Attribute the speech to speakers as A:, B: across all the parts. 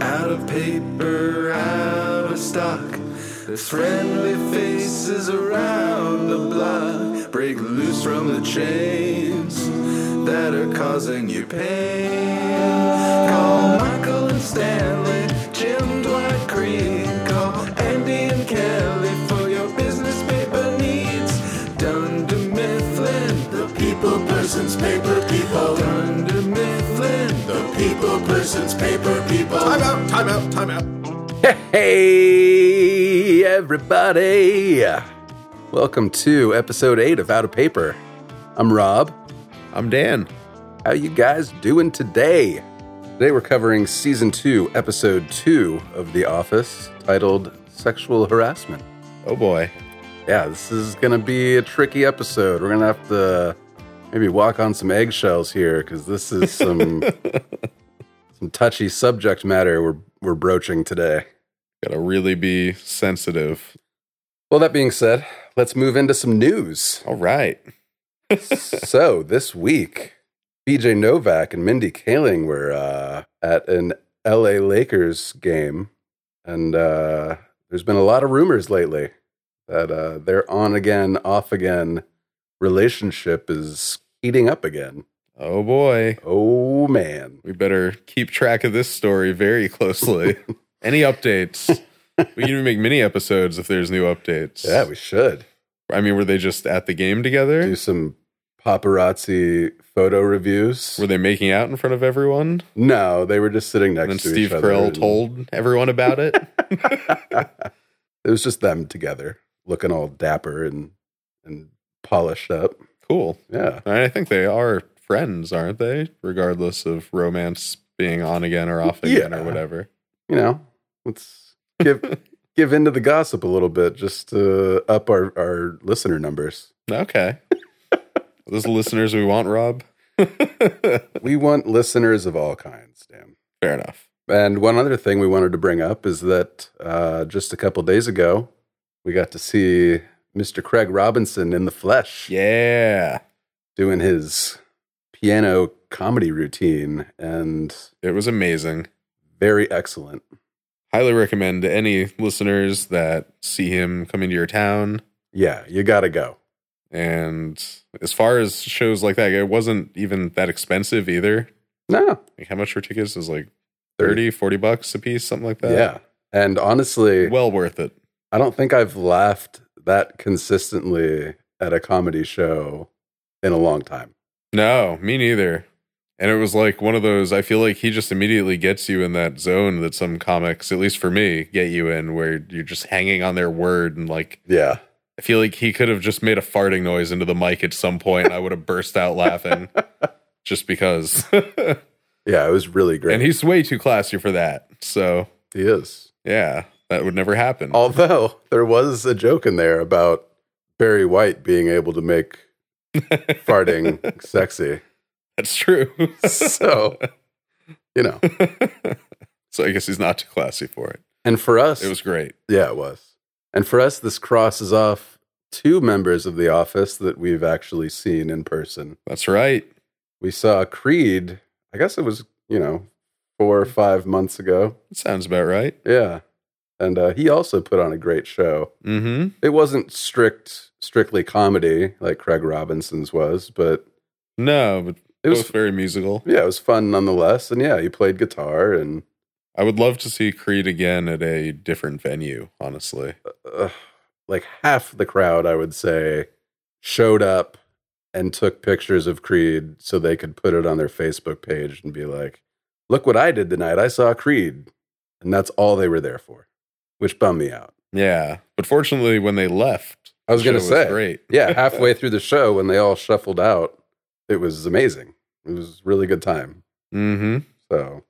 A: out of paper, out of stock. There's friendly faces around the block. Break loose from the chains that are causing you pain. Call Michael and Stanley, Jim Dwight Creek. Call Andy and Kelly for your business paper needs. Dunder Mifflin, the people person's paper people. Dunder Mifflin, the people person's paper people.
B: Time out, time out, time out.
C: Hey, everybody! Welcome to episode eight of Out of Paper. I'm Rob.
B: I'm Dan.
C: How you guys doing today? Today we're covering season two, episode two of The Office, titled "Sexual Harassment."
B: Oh boy.
C: Yeah, this is gonna be a tricky episode. We're gonna have to maybe walk on some eggshells here because this is some some touchy subject matter we're we're broaching today.
B: Gotta really be sensitive.
C: Well, that being said, let's move into some news.
B: All right.
C: so this week, BJ Novak and Mindy Kaling were uh, at an LA Lakers game, and uh, there's been a lot of rumors lately that uh, their on again, off again relationship is heating up again.
B: Oh boy.
C: Oh man,
B: We better keep track of this story very closely. Any updates? we can even make mini episodes if there's new updates.
C: yeah, we should
B: I mean, were they just at the game
C: do
B: together?
C: some paparazzi photo reviews.
B: Were they making out in front of everyone?
C: No, they were just sitting next
B: and then
C: to
B: Steve
C: each other.
B: Carell
C: and-
B: told everyone about it?
C: it was just them together, looking all dapper and and polished up.
B: cool.
C: Yeah,
B: And I think they are friends, aren't they? Regardless of romance being on again or off again
C: Yeah.
B: or whatever.
C: you know, let's give give into the gossip a little bit just to up our our listener numbers.
B: Okay. Those listeners we want, Rob.
C: We want listeners of all kinds, damn.
B: Fair enough.
C: And one other thing we wanted to bring up is that uh, just a couple days ago, we got to see Mr. Craig Robinson in the flesh.
B: Yeah.
C: doing his piano comedy routine and
B: It was amazing.
C: very excellent.
B: Highly recommend to any listeners that see him come into your town.
C: Yeah, you gotta go.
B: And as far as shows like that, it wasn't even that expensive either.
C: No,
B: Like how much were tickets? It was like
C: 30.
B: 30, 40 bucks a piece, something like that.
C: yeah. And honestly,
B: Well worth it.
C: I don't think I've laughed that consistently at a comedy show in a long time.
B: No, me neither. And it was like one of those. I feel like he just immediately gets you in that zone that some comics, at least for me, get you in, where you're just hanging on their word. And like,
C: Yeah.
B: I feel like he could have just made a farting noise into the mic at some point, and I would have burst out laughing just because. and
C: Yeah, it was really great.
B: he's way too classy for that. So,
C: he is.
B: yeah, that would never happen.
C: Although there was a joke in there about Barry White being able to make farting sexy.
B: That's true.
C: So, you know,
B: so I guess he's not too classy for it.
C: and for us,
B: It was great.
C: Yeah, it was. And for us, this crosses off two members of the office that we've actually seen in person.
B: That's right.
C: We saw Creed, I guess it was, you know, four or five months ago.
B: That sounds about right.
C: Yeah. And uh, he also put on a great show.
B: Mm hmm.
C: It wasn't strict, strictly comedy like Craig Robinson's was, but
B: No, but
C: it was,
B: both very musical.
C: yeah, it was fun nonetheless. And yeah, he played guitar and
B: I would love to see Creed again at a different venue, honestly.
C: uh, like half the crowd, I would say, showed up and took pictures of Creed so they could put it on their Facebook page and be like, look what I did tonight. I saw Creed. And that's all they were there for, which bummed me out.
B: Yeah. But fortunately, when they left,
C: I was
B: the
C: going to
B: show
C: say,
B: great.
C: yeah, halfway through the show, when they all shuffled out, it was amazing. It was a really good time.
B: Mm-hmm.
C: So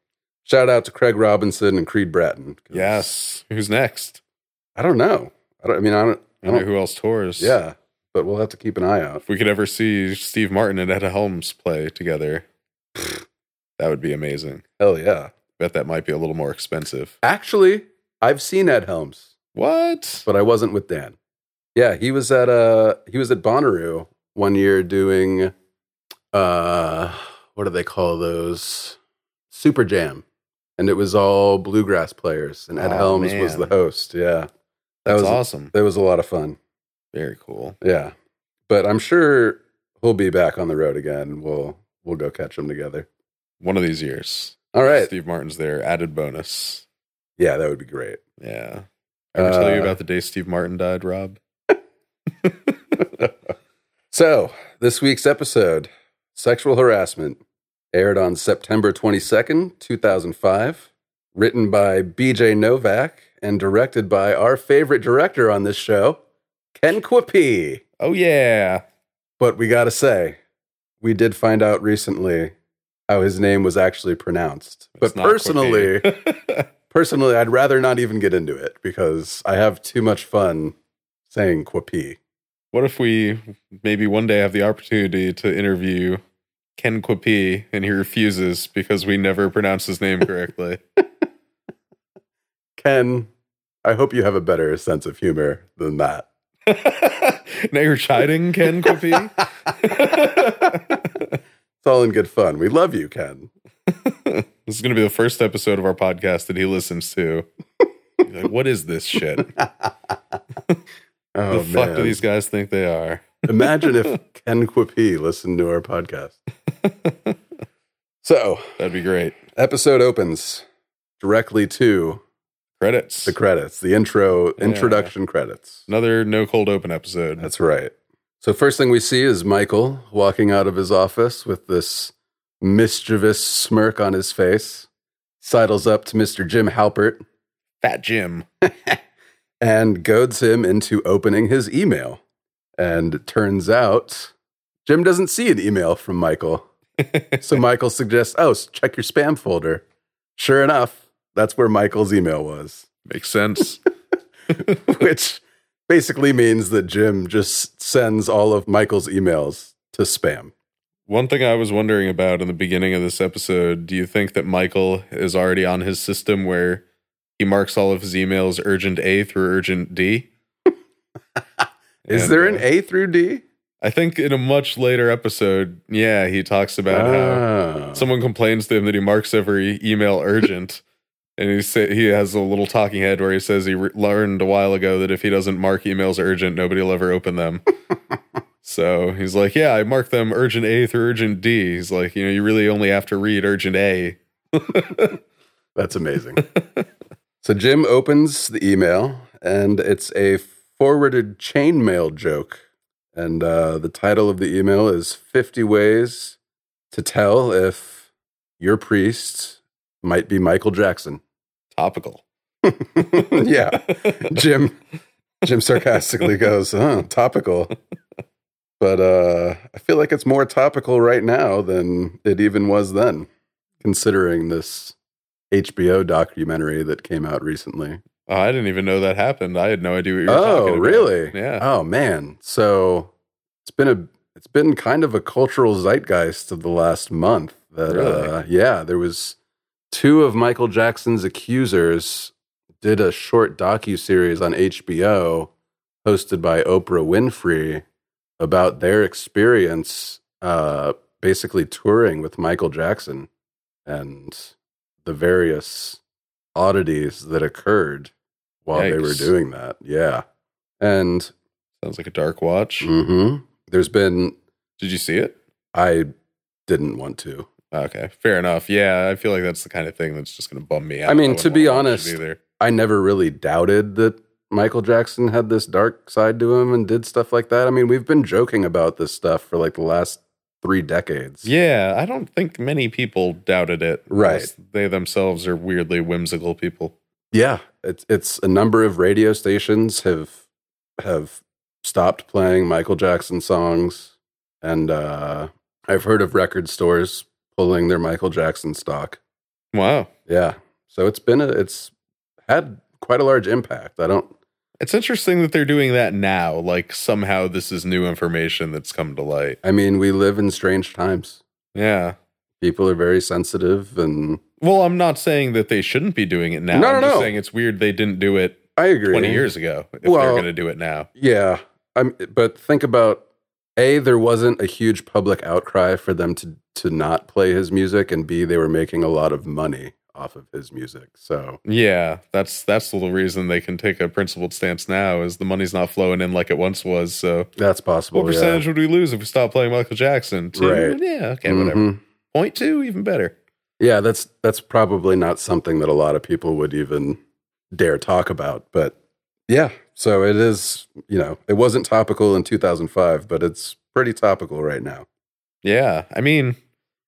C: shout out to Craig Robinson and Creed Bratton. 'cause
B: Yes. Who's next?
C: I don't know. I, don't, I mean, I don't,
B: I
C: I
B: don't know
C: don't,
B: who else tours.
C: Oh. yeah, but we'll have to keep an eye out.
B: If we could ever see Steve Martin and Etta Helms play together, that would be amazing.
C: Hell yeah.
B: Bet that might be a little more expensive.
C: Actually, I've seen Ed Helms,
B: What?
C: but I wasn't with Dan. Yeah, he was at uh he was at Bonnaroo one year doing uh what do they call those? Super Jam. and it was all bluegrass players, and Ed
B: Oh,
C: Helms was
B: man.
C: the host. Yeah, that
B: That's
C: was
B: awesome.
C: that was a lot of fun.
B: Very cool.
C: Yeah, but I'm sure he'll be back on the road again. We'll we'll go catch him together.
B: One of these years.
C: All right.
B: Steve Martin's there. Added bonus.
C: Yeah, that would be great.
B: Yeah. Ever tell you
C: Uh,
B: about the day Steve Martin died, Rob?
C: So, this week's episode, Sexual Harassment, aired on September 22nd, 2005, written by BJ Novak and directed by our favorite director on this show, Ken Quapee.
B: Oh yeah.
C: But we gotta say, we did find out recently how his name was actually pronounced.
B: It's
C: But
B: not
C: personally,
B: Quickie.
C: personally, I'd rather not even get into it because I have too much fun saying Quapee.
B: what if we maybe one day have the opportunity to interview Ken Quapee and he refuses because we never pronounce his name correctly?
C: Ken, I hope you have a better sense of humor than that.
B: now you're chiding Ken Quapee?
C: It's all in good fun. We love you, Ken.
B: This is going to be the first episode of our podcast that he listens to. Like, what is this shit? the
C: Oh,
B: fuck do
C: man.
B: these guys think they are?
C: Imagine if Ken Quipee listened to our podcast. so,
B: That'd be great.
C: episode opens directly to
B: Credits.
C: the credits, the intro, introduction credits.
B: Another no cold open episode.
C: That's right. So, first thing we see is Michael walking out of his office with this mischievous smirk on his face, sidles up to Mr. Jim Halpert
B: Fat Jim.
C: and goads him into opening his email. And it turns out Jim doesn't see an email from Michael. so Michael suggests, oh, s- check your spam folder. Sure enough, that's where Michael's email was,
B: Makes sense.
C: which basically means that Jim just sends all of Michael's emails to spam.
B: One thing I was wondering about in the beginning of this episode do you think that Michael is already on his system where he marks all of his emails urgent A through urgent D?
C: Is
B: And,
C: there an
B: uh,
C: A through D?
B: I think in a much later episode, yeah, he talks about how
C: Ah.
B: someone complains to him that he marks every email urgent and he say, he has a little talking head where he says he re- learned a while ago that if he doesn't mark emails urgent nobody will ever open them so he's like yeah i mark them urgent a through urgent d he's like you know you really only have to read urgent a
C: That's amazing. so Jim opens the email, and it's a forwarded chainmail joke. And uh, the title of the email is 50 Ways to Tell If Your Priest Might Be Michael Jackson.
B: topical Oh,
C: yeah. Jim Jim sarcastically goes, huh, topical. But uh, I feel like it's more topical right now than it even was then, considering this HBO documentary that came out recently.
B: oh, i didn't even know that happened i had no idea what you were talking
C: Oh,
B: about.
C: really?
B: yeah
C: Oh man. So it's been a it's been kind of a cultural zeitgeist of the last month that
B: Really?
C: uh, yeah, there was two of Michael Jackson's accusers did a short docu series on HBO hosted by Oprah Winfrey about their experience uh, basically touring with Michael Jackson and the various oddities that occurred while they were
B: Yikes.
C: doing that. Yeah. And
B: sounds like a dark watch
C: mhm, there's been,
B: did you see it
C: I didn't want to.
B: okay fair enough yeah i feel like that's the kind of thing that's just gonna bum me out
C: I mean,
B: wouldn't
C: to be
B: wanna watch
C: honest,
B: it either
C: I never really doubted that Michael Jackson had this dark side to him and did stuff like that. I mean, we've been joking about this stuff for like the last three decades.
B: Yeah, I don't think many people doubted it.
C: Right.
B: unless They themselves are weirdly whimsical people.
C: Yeah, it's it's a number of radio stations have have stopped playing Michael Jackson songs, and uh, I've heard of record stores pulling their Michael Jackson stock.
B: Wow.
C: Yeah, so it's been a, it's had quite a large impact. I don't.
B: It's interesting that they're doing that now. Like somehow this is new information that's come to light.
C: I mean, we live in strange times.
B: Yeah.
C: People are very sensitive, and
B: Well, I'm not saying that they shouldn't be doing it now.
C: No, no,
B: I'm just
C: no.
B: saying it's weird they didn't do it
C: I agree.
B: 20 years ago if they're
C: Well-
B: going to do it now.
C: Yeah. I'm but think about A, there wasn't a huge public outcry for them to to not play his music, and B, they were making a lot of money off of his music. So
B: Yeah, that's that's the reason they can take a principled stance now is the money's not flowing in like it once was. So
C: that's possible.
B: what percentage would we lose if we stopped playing Michael Jackson? Two?
C: Oh, Right.
B: Yeah, okay,
C: Yeah.
B: whatever.
C: Mhm.
B: Point two, even better.
C: Yeah, that's that's probably not something that a lot of people would even dare talk about, but yeah, so it is, you know, it wasn't topical in 2005, but it's pretty topical right now.
B: Yeah. I mean,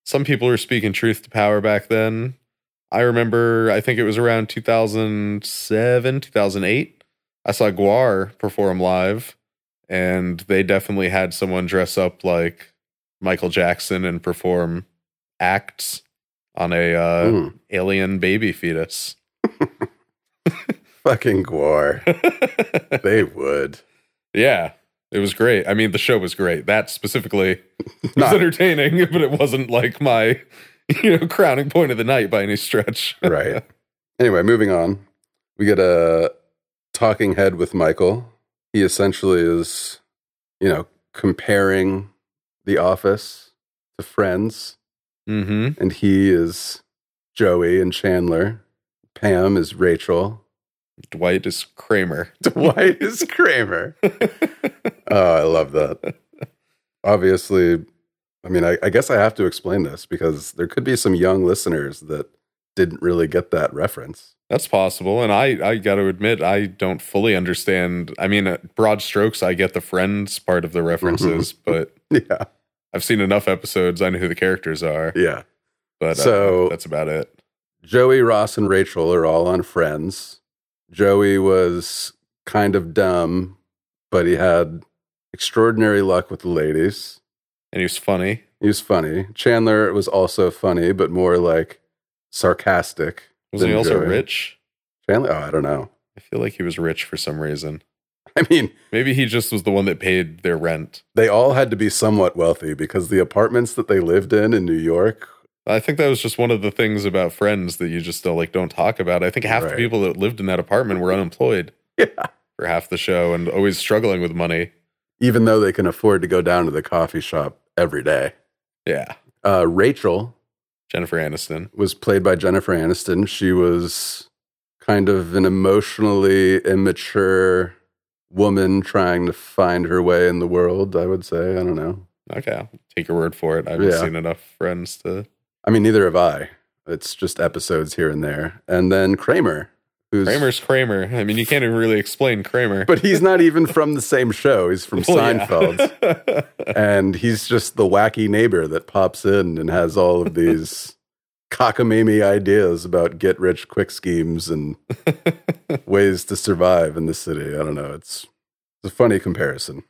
B: some people were speaking truth to power back then. I remember, I think it was around 2007, 2008. I saw Guar perform live, and they definitely had someone dress up like Michael Jackson and perform acts on a uh,
C: Hmm.
B: alien baby fetus.
C: Fucking Guar. they would.
B: yeah. It was great. I mean, the show was great. That specifically was
C: Not-
B: entertaining, but it wasn't like my, you know, crowning point of the night by any stretch.
C: right. Anyway, moving on. We get a talking head with Michael. He essentially is, you know, comparing The Office to Friends,
B: Mm-hmm.
C: and he is Joey and Chandler. Pam is Rachel.
B: Dwight is Kramer.
C: Dwight is Kramer. Oh, I love that. Obviously, I mean, I, I guess I have to explain this because there could be some young listeners that didn't really get that reference.
B: That's possible. And I, I got to admit, I don't fully understand. I mean, at broad strokes, I get the friends part of the references,
C: Mm-hmm.
B: but
C: Yeah.
B: I've seen enough episodes. I know who the characters are,
C: Yeah.
B: but uh,
C: So-
B: that's about it.
C: Joey, Ross, and Rachel are all on Friends. Joey was kind of dumb, but he had extraordinary luck with the ladies.
B: And he was funny.
C: He was funny. Chandler was also funny, but more like sarcastic.
B: Wasn't he
C: than
B: also
C: Joey.
B: rich?
C: Chandler? Oh, I don't know.
B: I feel like he was rich for some reason.
C: I mean,
B: Maybe he just was the one that paid their rent.
C: they all had to be somewhat wealthy because the apartments that they lived in in New York,
B: I think that was just one of the things about friends that you just don't, like don't talk about. I think half the
C: Right.
B: people that lived in that apartment were unemployed
C: Yeah.
B: for half the show and always struggling with money.
C: even though they can afford to go down to the coffee shop every day.
B: Yeah.
C: Uh, Rachel,
B: Jennifer Aniston.
C: was played by Jennifer Aniston. She was kind of an emotionally immature woman trying to find her way in the world, I would say. I don't know.
B: Okay, I'll take your word for it. I haven't
C: Yeah.
B: seen enough friends to.
C: I mean, neither have I. It's just episodes here and there. And then Kramer, who's
B: Kramer's Kramer. I mean, you can't even really explain Kramer.
C: but he's not even from the same show. He's from
B: Well, yeah.
C: Seinfeld. and he's just the wacky neighbor that pops in and has all of these cockamamie ideas about get rich quick schemes and ways to survive in the city. I don't know. It's it's a funny comparison.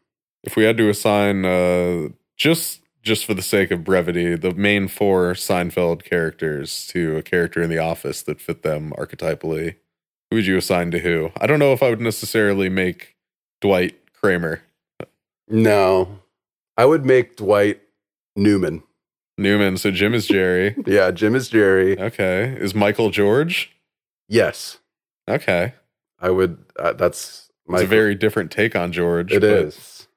B: if we had to assign, uh, just just for the sake of brevity, the main four Seinfeld characters to a character in The Office that fit them archetypally, who would you assign to who? I don't know if I would necessarily make Dwight Kramer.
C: No, I would make Dwight Newman.
B: Newman. So Jim is Jerry.
C: Yeah, Jim is Jerry.
B: Okay. Is Michael George?
C: Yes,
B: Okay.
C: I would. Uh, that's my.
B: It's a very different take on George.
C: It
B: but-
C: is.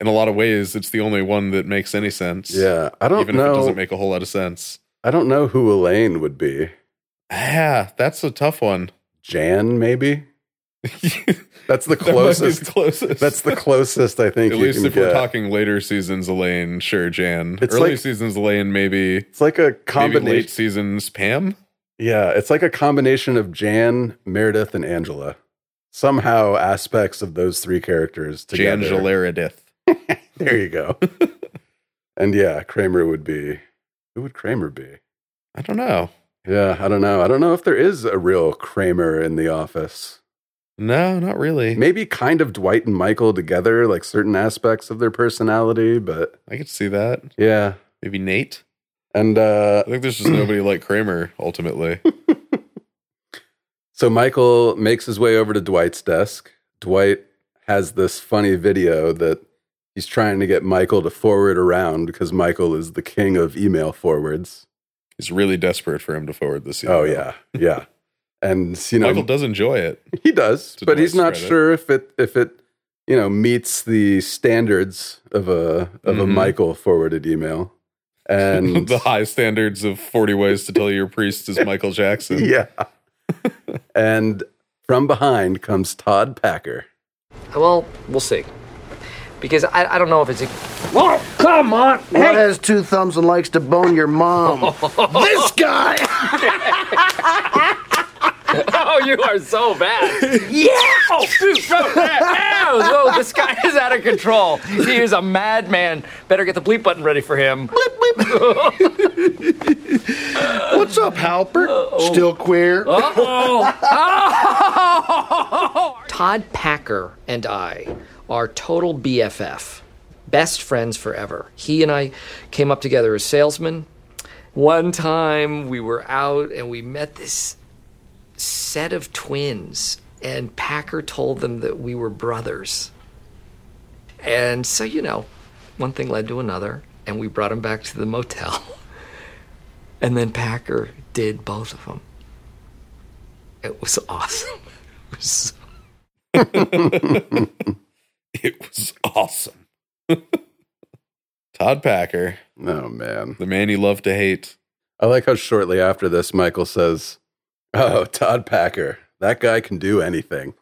B: in a lot of ways, it's the only one that makes any sense.
C: Yeah, I don't
B: even if it
C: know.
B: doesn't make a whole lot of sense.
C: I don't know who Elaine would be.
B: Yeah, Ah, that's a tough one.
C: Jan, maybe. That's the
B: That might be
C: closest.
B: the closest.
C: That's the closest I think.
B: At
C: you
B: least
C: can
B: if
C: get.
B: we're talking later seasons, Elaine, sure, Jan.
C: It's
B: Early
C: like-
B: seasons, Elaine, maybe.
C: it's like a
B: Maybe late
C: combination.
B: seasons, Pam.
C: Yeah, it's like a combination of Jan, Meredith, and Angela. Somehow, aspects of those three characters
B: Jan
C: together.
B: Gelaridith.
C: There you go. and yeah, Kramer would be. Who would Kramer be?
B: I don't know.
C: Yeah, I don't know. I don't know if there is a real Kramer in the office.
B: No, not really.
C: Maybe kind of Dwight and Michael together, like certain aspects of their personality, but
B: I could see that.
C: yeah.
B: Maybe Nate.
C: And uh,
B: I think there's just nobody like Kramer ultimately.
C: So Michael makes his way over to Dwight's desk. Dwight has this funny video that he's trying to get Michael to forward around because Michael is the king of email forwards.
B: He's really desperate for him to forward this.
C: Oh
B: email.
C: yeah, yeah. And you know
B: Michael does enjoy it.
C: he does,
B: To
C: but he's not
B: Dwight's credit.
C: sure if it if it you know meets the standards of a of a
B: Mhm.
C: Michael forwarded email. And
B: the high standards of 40 ways to tell your priest is Michael Jackson.
C: yeah. and from behind comes Todd Packer.
D: Well, we'll see. Because I, I don't know if it's a.
E: Oh, come on.
F: What
E: Hey,
F: has two thumbs and likes to bone your mom? this guy!
D: Oh, you are so bad. yeah! Oh, dude, bro, yeah! Whoa, this guy is out of control. He is a madman. Better get the bleep button ready for him.
F: What's up, Halpert? Still queer?
D: Todd Packer and I are total BFF, best friends forever. He and I came up together as salesmen. One time we were out and we met this set of twins, and Packer told them that we were brothers. And so, you know, one thing led to another, and we brought him back to the motel. And then Packer did both of them. It was awesome. It was so
B: It was awesome. Todd Packer,
C: Oh, man.
B: the man you love to hate.
C: I like how shortly after this, Michael says, Oh, Todd Packer, that guy can do anything.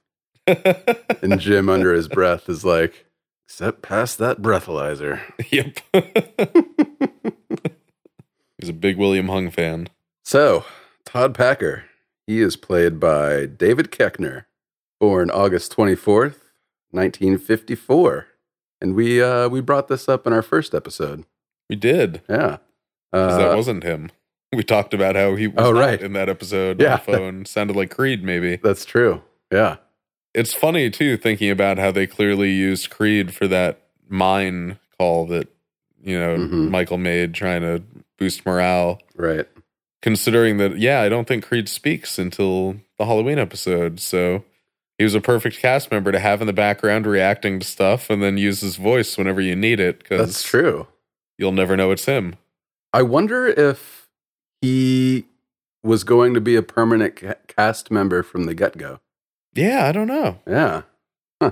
C: and Jim, under his breath, is like, Except pass that breathalyzer.
B: Yep. He's a big William Hung fan.
C: So, Todd Packer, he is played by David Keckner, born August 24th, 1954. And we uh, we brought this up in our first episode.
B: We did.
C: Yeah.
B: 'cause that
C: Uh,
B: wasn't him. We talked about how he was
C: Oh,
B: not
C: right.
B: in that episode
C: Yeah.
B: on the phone. Sounded like Creed, maybe.
C: that's true. Yeah.
B: It's funny, too, thinking about how they clearly used Creed for that mine call that, you know,
C: Mhm.
B: Michael made trying to boost morale.
C: Right.
B: considering that yeah i don't think creed speaks until the halloween episode so he was a perfect cast member to have in the background reacting to stuff and then use his voice whenever you need it
C: That's
B: because
C: true.
B: you'll never know it's him
C: I wonder if he was going to be a permanent ca- cast member from the get go.
B: yeah i don't know
C: Yeah. Huh.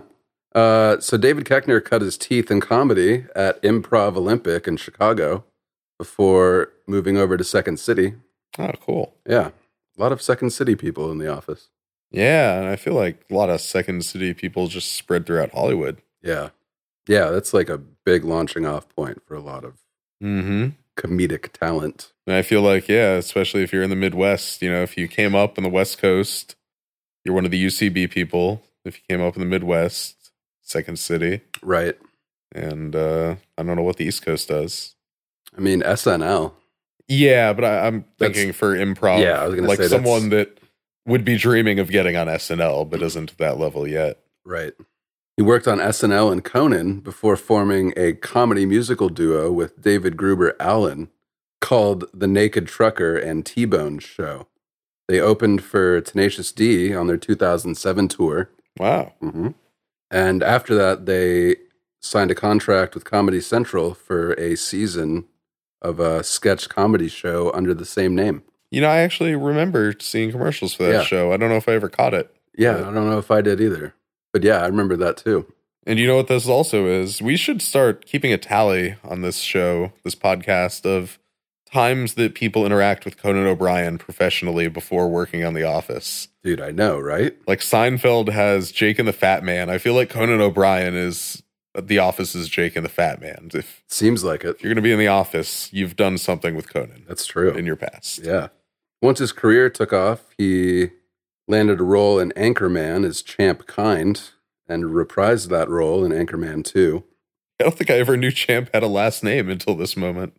C: Uh, so David Keckner cut his teeth in comedy at Improv Olympic in Chicago before moving over to Second City.
B: oh cool
C: Yeah. A lot of Second City people in the office.
B: yeah and i feel like a lot of second city people just spread throughout hollywood
C: Yeah. Yeah. That's like a big launching off point for a lot of
B: mm-hmm
C: comedic talent.
B: and i feel like yeah especially if you're in the midwest you know if you came up on the west coast you're one of the ucb people if you came up in the midwest second city
C: Right.
B: and uh i don't know what the east coast does
C: I mean, SNL.
B: Yeah, but I, I'm
C: That's-
B: thinking for improv.
C: Yeah, I was gonna
B: like
C: say that's-
B: someone that would be dreaming of getting on SNL, but isn't to that level yet.
C: Right. He worked on SNL and Conan before forming a comedy musical duo with David Gruber Allen called The Naked Trucker and T Bone Show. They opened for Tenacious D on their 2007 tour.
B: Wow.
C: Mm-hmm. And after that, they signed a contract with Comedy Central for a season of a sketch comedy show under the same name.
B: You know, I actually remember seeing commercials for that
C: Yeah.
B: show. I don't know if I ever caught it.
C: Yeah, I don't know if I did either. But yeah, I remember that too.
B: And you know what this also is? We should start keeping a tally on this show, this podcast, of times that people interact with Conan O'Brien professionally before working on The Office.
C: Dude, I know, right?
B: Like Seinfeld has Jake and the Fat Man. I feel like Conan O'Brien is The Office is Jake and the Fat Man. If
C: Seems like it.
B: if you're going to be in the office, you've done something with Conan
C: That's true.
B: in your past.
C: Yeah. Once his career took off, he landed a role in Anchorman as Champ Kind and reprised that role in Anchorman 2.
B: I don't think I ever knew Champ had a last name until this moment.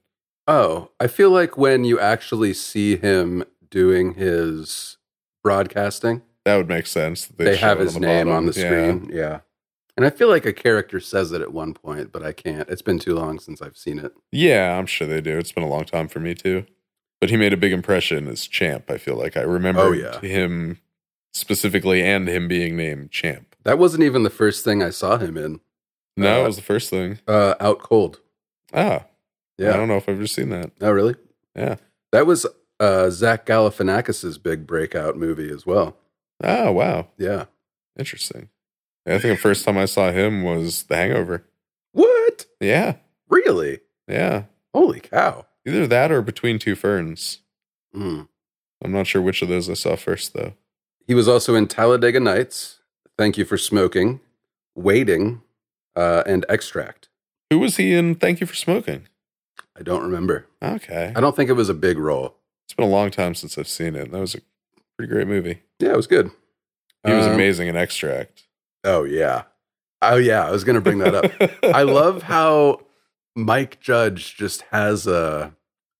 C: Oh, I feel like when you actually see him doing his broadcasting,
B: That would make sense. that
C: they,
B: show
C: have
B: it
C: his name
B: bottom.
C: on the
B: Yeah.
C: screen. Yeah. And I feel like a character says it at one point, but I can't. It's been too long since I've seen it.
B: Yeah. I'm sure they do. It's been a long time for me too. But he made a big impression as Champ. I feel like I remember
C: Oh, yeah.
B: him specifically and him being named Champ.
C: That wasn't even the first thing I saw him in.
B: No,
C: Uh,
B: that was the first thing.
C: Uh, Out Cold.
B: Ah,
C: Yeah.
B: I don't know if I've ever seen that.
C: Oh, really?
B: Yeah.
C: That was uh, Zach Galifianakis's big breakout movie as well.
B: Oh, wow.
C: Yeah.
B: Interesting. Yeah, I think the first time I saw him was The Hangover.
C: What?
B: Yeah.
C: Really?
B: Yeah.
C: Holy cow!
B: Either that or Between Two Ferns.
C: Mm.
B: I'm not sure which of those I saw first, though.
C: He was also in Talladega Nights, Thank You for Smoking, Waiting, uh, and Extract.
B: Who was he in Thank You for Smoking?
C: I don't remember.
B: Okay.
C: I don't think it was a big role.
B: It's been a long time since I've seen it. That was a pretty great movie.
C: Yeah, it was good.
B: He was
C: Um,
B: amazing in Extract.
C: Oh yeah. Oh yeah, I was going to bring that up. I love how Mike Judge just has a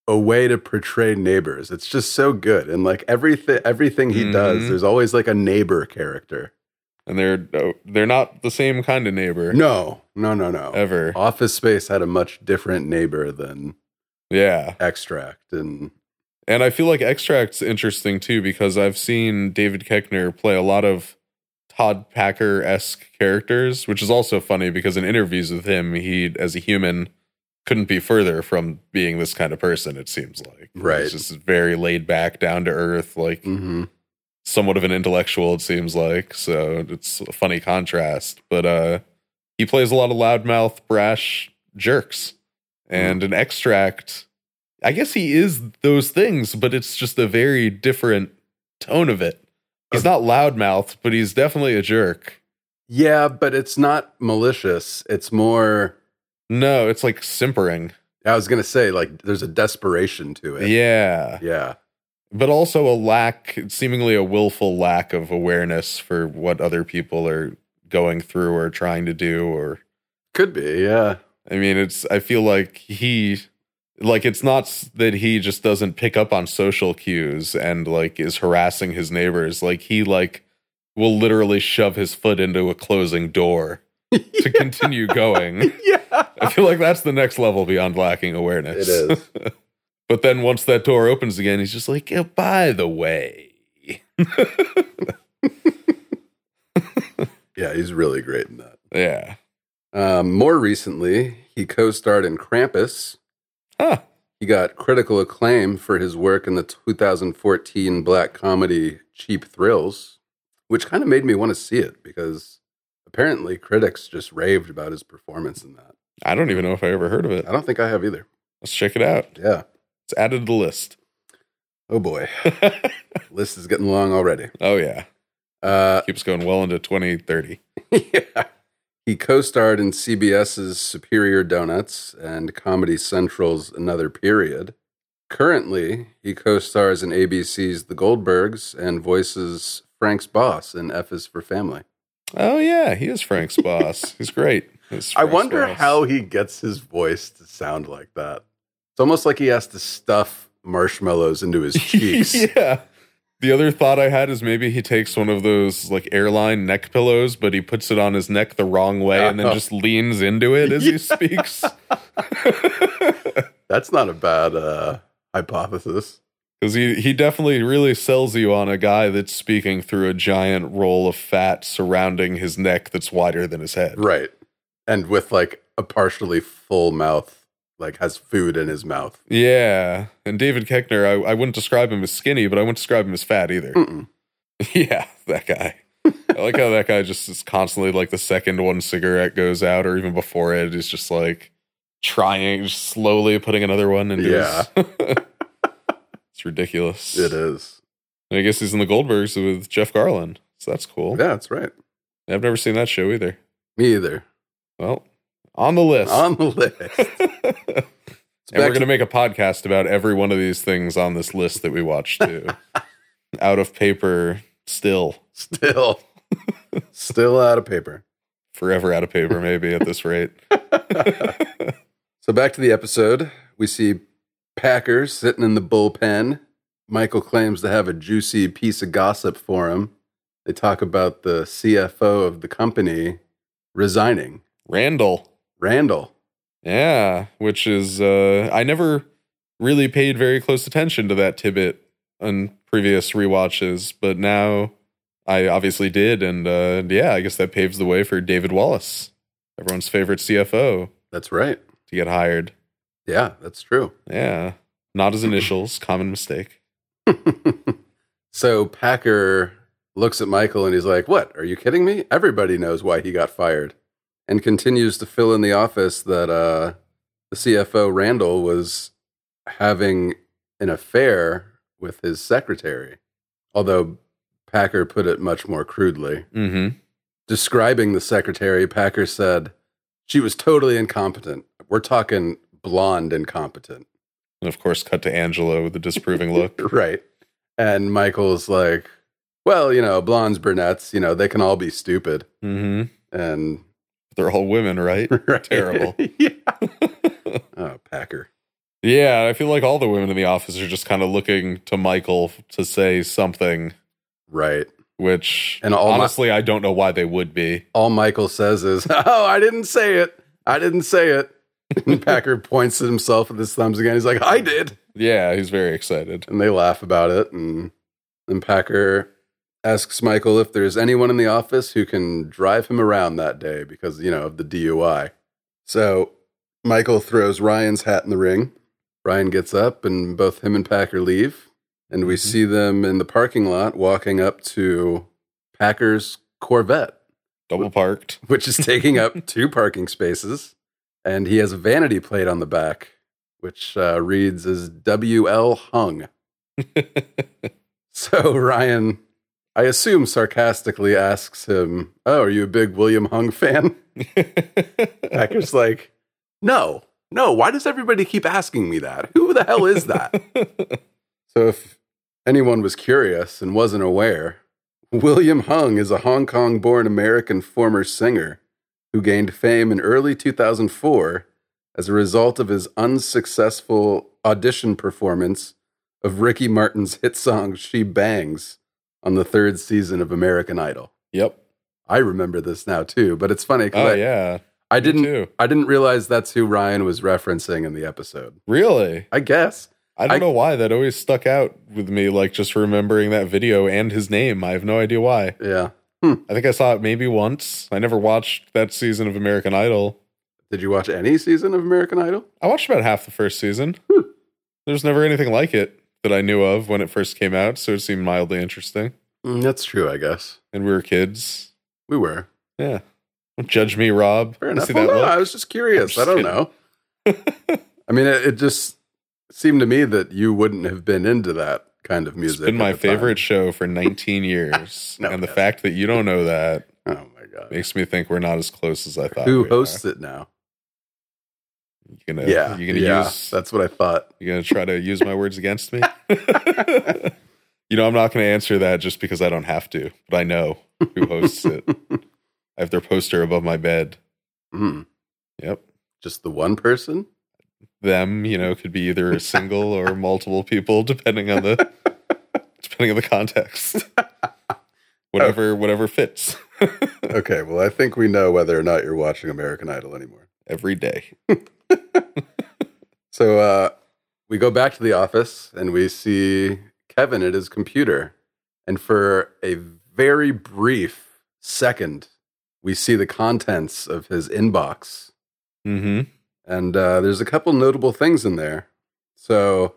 C: a way to portray neighbors. It's just so good. And like everything everything he does,
B: Mhm.
C: there's always like a neighbor character.
B: and they're oh, they're not the same kind of neighbor
C: No, no, no, no.
B: ever.
C: Office Space had a much different neighbor than
B: Yeah,
C: Extract and
B: and I feel like Extract's interesting too because I've seen David Keckner play a lot of Todd Packer esque characters, which is also funny because in interviews with him, he as a human couldn't be further from being this kind of person. It seems like
C: Right.
B: He's just very laid back, down to earth, like
C: Mhm.
B: somewhat of an intellectual it seems like so it's a funny contrast but uh he plays a lot of loudmouth brash jerks and an extract i guess he is those things but it's just a very different tone of it he's not loudmouth but he's definitely a jerk
C: Yeah, but it's not malicious. It's more
B: no it's like simpering
C: I was going to say like there's a desperation to it.
B: yeah
C: Yeah.
B: but also a lack seemingly a willful lack of awareness for what other people are going through or trying to do or
C: Could be. Yeah.
B: I mean, it's. I feel like he, like it's not s- that he just doesn't pick up on social cues and like is harassing his neighbors. Like he like will literally shove his foot into a closing door to continue going.
C: Yeah.
B: I feel like that's the next level beyond lacking awareness.
C: It is.
B: but then once that door opens again, he's just like, yeah, by the way.
C: Yeah, he's really great in that.
B: Yeah.
C: Um, more recently, he co starred in Krampus.
B: Huh.
C: He got critical acclaim for his work in the 2014 black comedy Cheap Thrills, which kind of made me want to see it because apparently critics just raved about his performance in that.
B: I don't even know if I ever heard of it.
C: I don't think I have either.
B: Let's check it out.
C: Yeah.
B: It's added to the list.
C: Oh boy. List is getting long already.
B: oh, yeah.
C: Uh,
B: Keeps going well into 2030.
C: yeah. He co starred in CBS's Superior Donuts and Comedy Central's Another Period. Currently, he co stars in ABC's The Goldbergs and voices Frank's boss in F is for Family.
B: Oh yeah, he is Frank's boss. He's great. He's
C: I
B: Frank's
C: wonder
B: boss.
C: how he gets his voice to sound like that. It's almost like he has to stuff marshmallows into his cheeks.
B: yeah. The other thought I had is maybe he takes one of those like airline neck pillows, but he puts it on his neck the wrong way and then
C: Uh-huh.
B: just leans into it as he speaks.
C: That's not a bad uh, hypothesis.
B: Because he, he definitely really sells you on a guy that's speaking through a giant roll of fat surrounding his neck that's wider than his head.
C: Right. And with like a partially full mouth, like has food in his mouth.
B: Yeah. And David Keckner, I, I wouldn't describe him as skinny, but I wouldn't describe him as fat either.
C: Mm-mm.
B: Yeah, that guy. I like how that guy just is constantly like the second one cigarette goes out or even before it is just like trying just slowly putting another one into his It's ridiculous.
C: It is.
B: And I guess he's in the Goldbergs with Jeff Garland. So that's cool.
C: Yeah, that's right.
B: I've never seen that show either.
C: Me either.
B: Well, on the list.
C: On the list.
B: and we're going to make a podcast about every one of these things on this list that we watch too. out of paper still.
C: Still, still out of paper.
B: forever out of paper, maybe at this rate.
C: So back to the episode. We see Packer sitting in the bullpen. Michael claims to have a juicy piece of gossip for him. They talk about the CFO of the company resigning,
B: Randall.
C: Randall.
B: Yeah, which is uh I never really paid very close attention to that tidbit on previous rewatches, but now I obviously did and uh yeah, I guess that paves the way for David Wallace, everyone's favorite CFO
C: That's right.
B: to get hired.
C: Yeah, that's true.
B: Yeah. Not his initials, common mistake.
C: so Packer looks at Michael and he's like, What? Are you kidding me? Everybody knows why he got fired. And continues to fill in the office that uh, the CFO, Randall, was having an affair with his secretary, although Packer put it much more crudely.
B: Mm-hmm.
C: Describing the secretary, Packer said, She was totally incompetent. We're talking blonde incompetent.
B: And of course, cut to Angela with a disproving look.
C: Right. And Michael's like, Well, you know, blondes, brunettes, you know, they can all be stupid.
B: Mm-hmm.
C: And
B: They're all women, right?
C: right.
B: Terrible.
C: yeah. Oh, Packer.
B: Yeah, I feel like all the women in the office are just kind of looking to Michael to say something,
C: Right.
B: which
C: And
B: and
C: all my-
B: honestly, I don't know why they would be.
C: All Michael says is, Oh, I didn't say it. I didn't say it. And Packer points at himself with his thumbs again. He's like, I did.
B: Yeah, he's very excited.
C: and they laugh about it and then packer asks michael if there's anyone in the office who can drive him around that day because you know of the dui so michael throws ryan's hat in the ring ryan gets up and both him and packer leave and we see them in the parking lot walking up to packer's corvette
B: Double parked.
C: which is taking up two parking spaces. And he has a vanity plate on the back, which uh, reads as WL Hung. so Ryan, I assume sarcastically asks him, Oh, are you a big William Hung fan? Packer's like, No, no. Why does everybody keep asking me that? Who the hell is that? so if anyone was curious and wasn't aware, William Hung is a Hong Kong born American former singer who gained fame in early 2004 as a result of his unsuccessful audition performance of Ricky Martin's hit song She Bangs on the third season of American Idol.
B: yep.
C: I remember this now too, but it's funny
B: Oh
C: I,
B: yeah.
C: I didn't
B: too.
C: I didn't realize that's who Ryan was referencing in the episode.
B: Really?
C: I guess.
B: I don't
C: I-
B: know why that always stuck out with me like just remembering that video and his name. I have no idea why.
C: Yeah.
B: I think I saw it maybe once. I never watched that season of American Idol.
C: Did you watch any season of American Idol?
B: I watched about half the first season.
C: Hmm.
B: There's never anything like it that I knew of when it first came out, so it seemed mildly interesting.
C: Mm, that's true, I guess.
B: And we were kids.
C: We were.
B: Yeah. Don't judge me, Rob.
C: Fair
B: You
C: enough.
B: see
C: Well,
B: that
C: no,
B: look?
C: I was just curious. I
B: I'm just
C: don't know. I mean, it, it just seemed to me that you wouldn't have been into that kind of music.
B: It's been
C: at
B: my
C: the time.
B: favorite show for 19 years.
C: No,
B: and the
C: yes.
B: fact that you don't know that
C: Oh my god!
B: makes me think we're not as close as I thought.
C: Who
B: we
C: hosts it now?
B: Are. You gonna,
C: yeah,
B: you gonna
C: yeah.
B: use
C: That's what I thought.
B: you gonna try to use my words against me? you know, I'm not gonna answer that just because I don't have to, but I know who hosts it. I have their poster above my bed.
C: Mm.
B: Yep.
C: Just the one person.
B: Them, you know, could be either a single or multiple people, depending on the depending on the context. Whatever whatever fits
C: Okay. Well, I think we know whether or not you're watching American Idol anymore.
B: every day.
C: So uh, we go back to the office and we see Kevin at his computer. And for a very brief second, we see the contents of his inbox.
B: Mm-hmm.
C: And uh, there's a couple notable things in there. So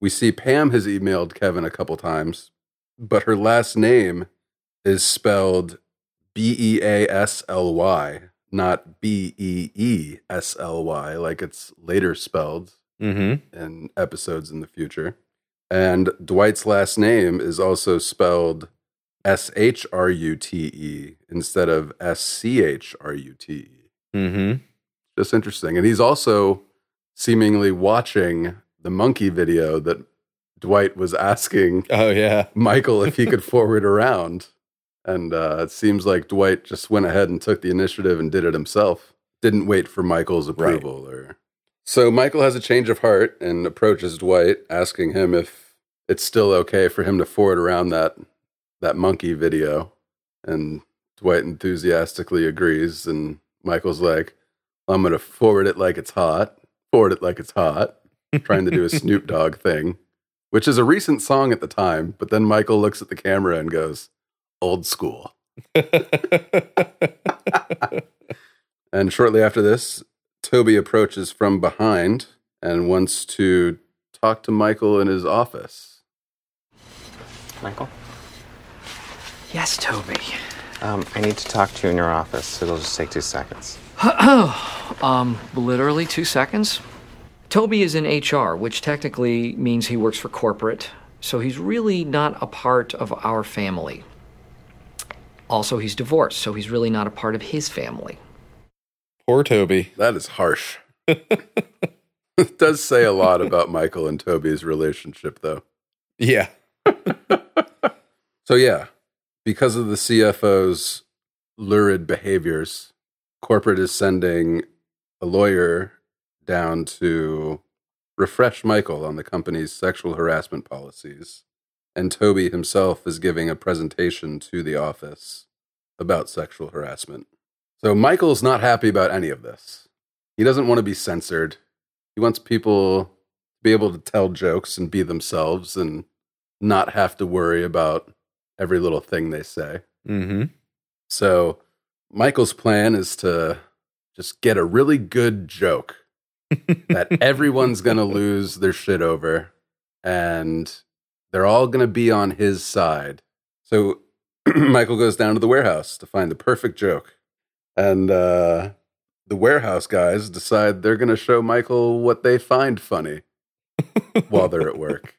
C: we see Pam has emailed Kevin a couple times, but her last name is spelled B E A S L Y, not B E E S L Y, like it's later spelled
B: Mm-hmm.
C: in episodes in the future. And Dwight's last name is also spelled S H R U T E instead of S C H R U T E.
B: Mm-hmm.
C: Just interesting. And he's also seemingly watching the monkey video that Dwight was asking
B: Oh yeah.
C: Michael if he could forward around. And uh, it seems like Dwight just went ahead and took the initiative and did it himself. Didn't wait for Michael's
B: Right.
C: approval or. So Michael has a change of heart and approaches Dwight, asking him if it's still okay for him to forward around that that monkey video. And Dwight enthusiastically agrees. And Michael's like, "I'm gonna forward it like it's hot. Forward it like it's hot." Trying to do a Snoop Dogg thing which is a recent song at the time. But then Michael looks at the camera and goes, old school. And shortly after this, Toby approaches from behind and wants to talk to Michael in his office.
E: Michael,
D: Yes, Toby.
E: um, I need to talk to you in your
D: Oh,
E: office. It'll just take two seconds.
D: Um, literally two seconds. Toby is in HR, which technically means he works for corporate, so he's really not a part of our family. Also, he's divorced, so he's really not a part of his family.
B: Poor Toby.
C: That is harsh. it does say a lot about Michael and Toby's relationship, though.
B: Yeah.
C: So, yeah, because of the CFO's lurid behaviors, corporate is sending a lawyer down to refresh Michael on the company's sexual harassment policies. And Toby himself is giving a presentation to the office about sexual harassment. So, Michael's not happy about any of this. He doesn't want to be censored. He wants people to be able to tell jokes and be themselves and not have to worry about every little thing they say.
B: Mm-hmm.
C: So Michael's plan is to just get a really good joke that everyone's going to lose their shit over and they're all going to be on his side. So Michael goes down to the warehouse to find the perfect joke. And uh, the warehouse guys decide they're going to show Michael what they find funny while they're at work,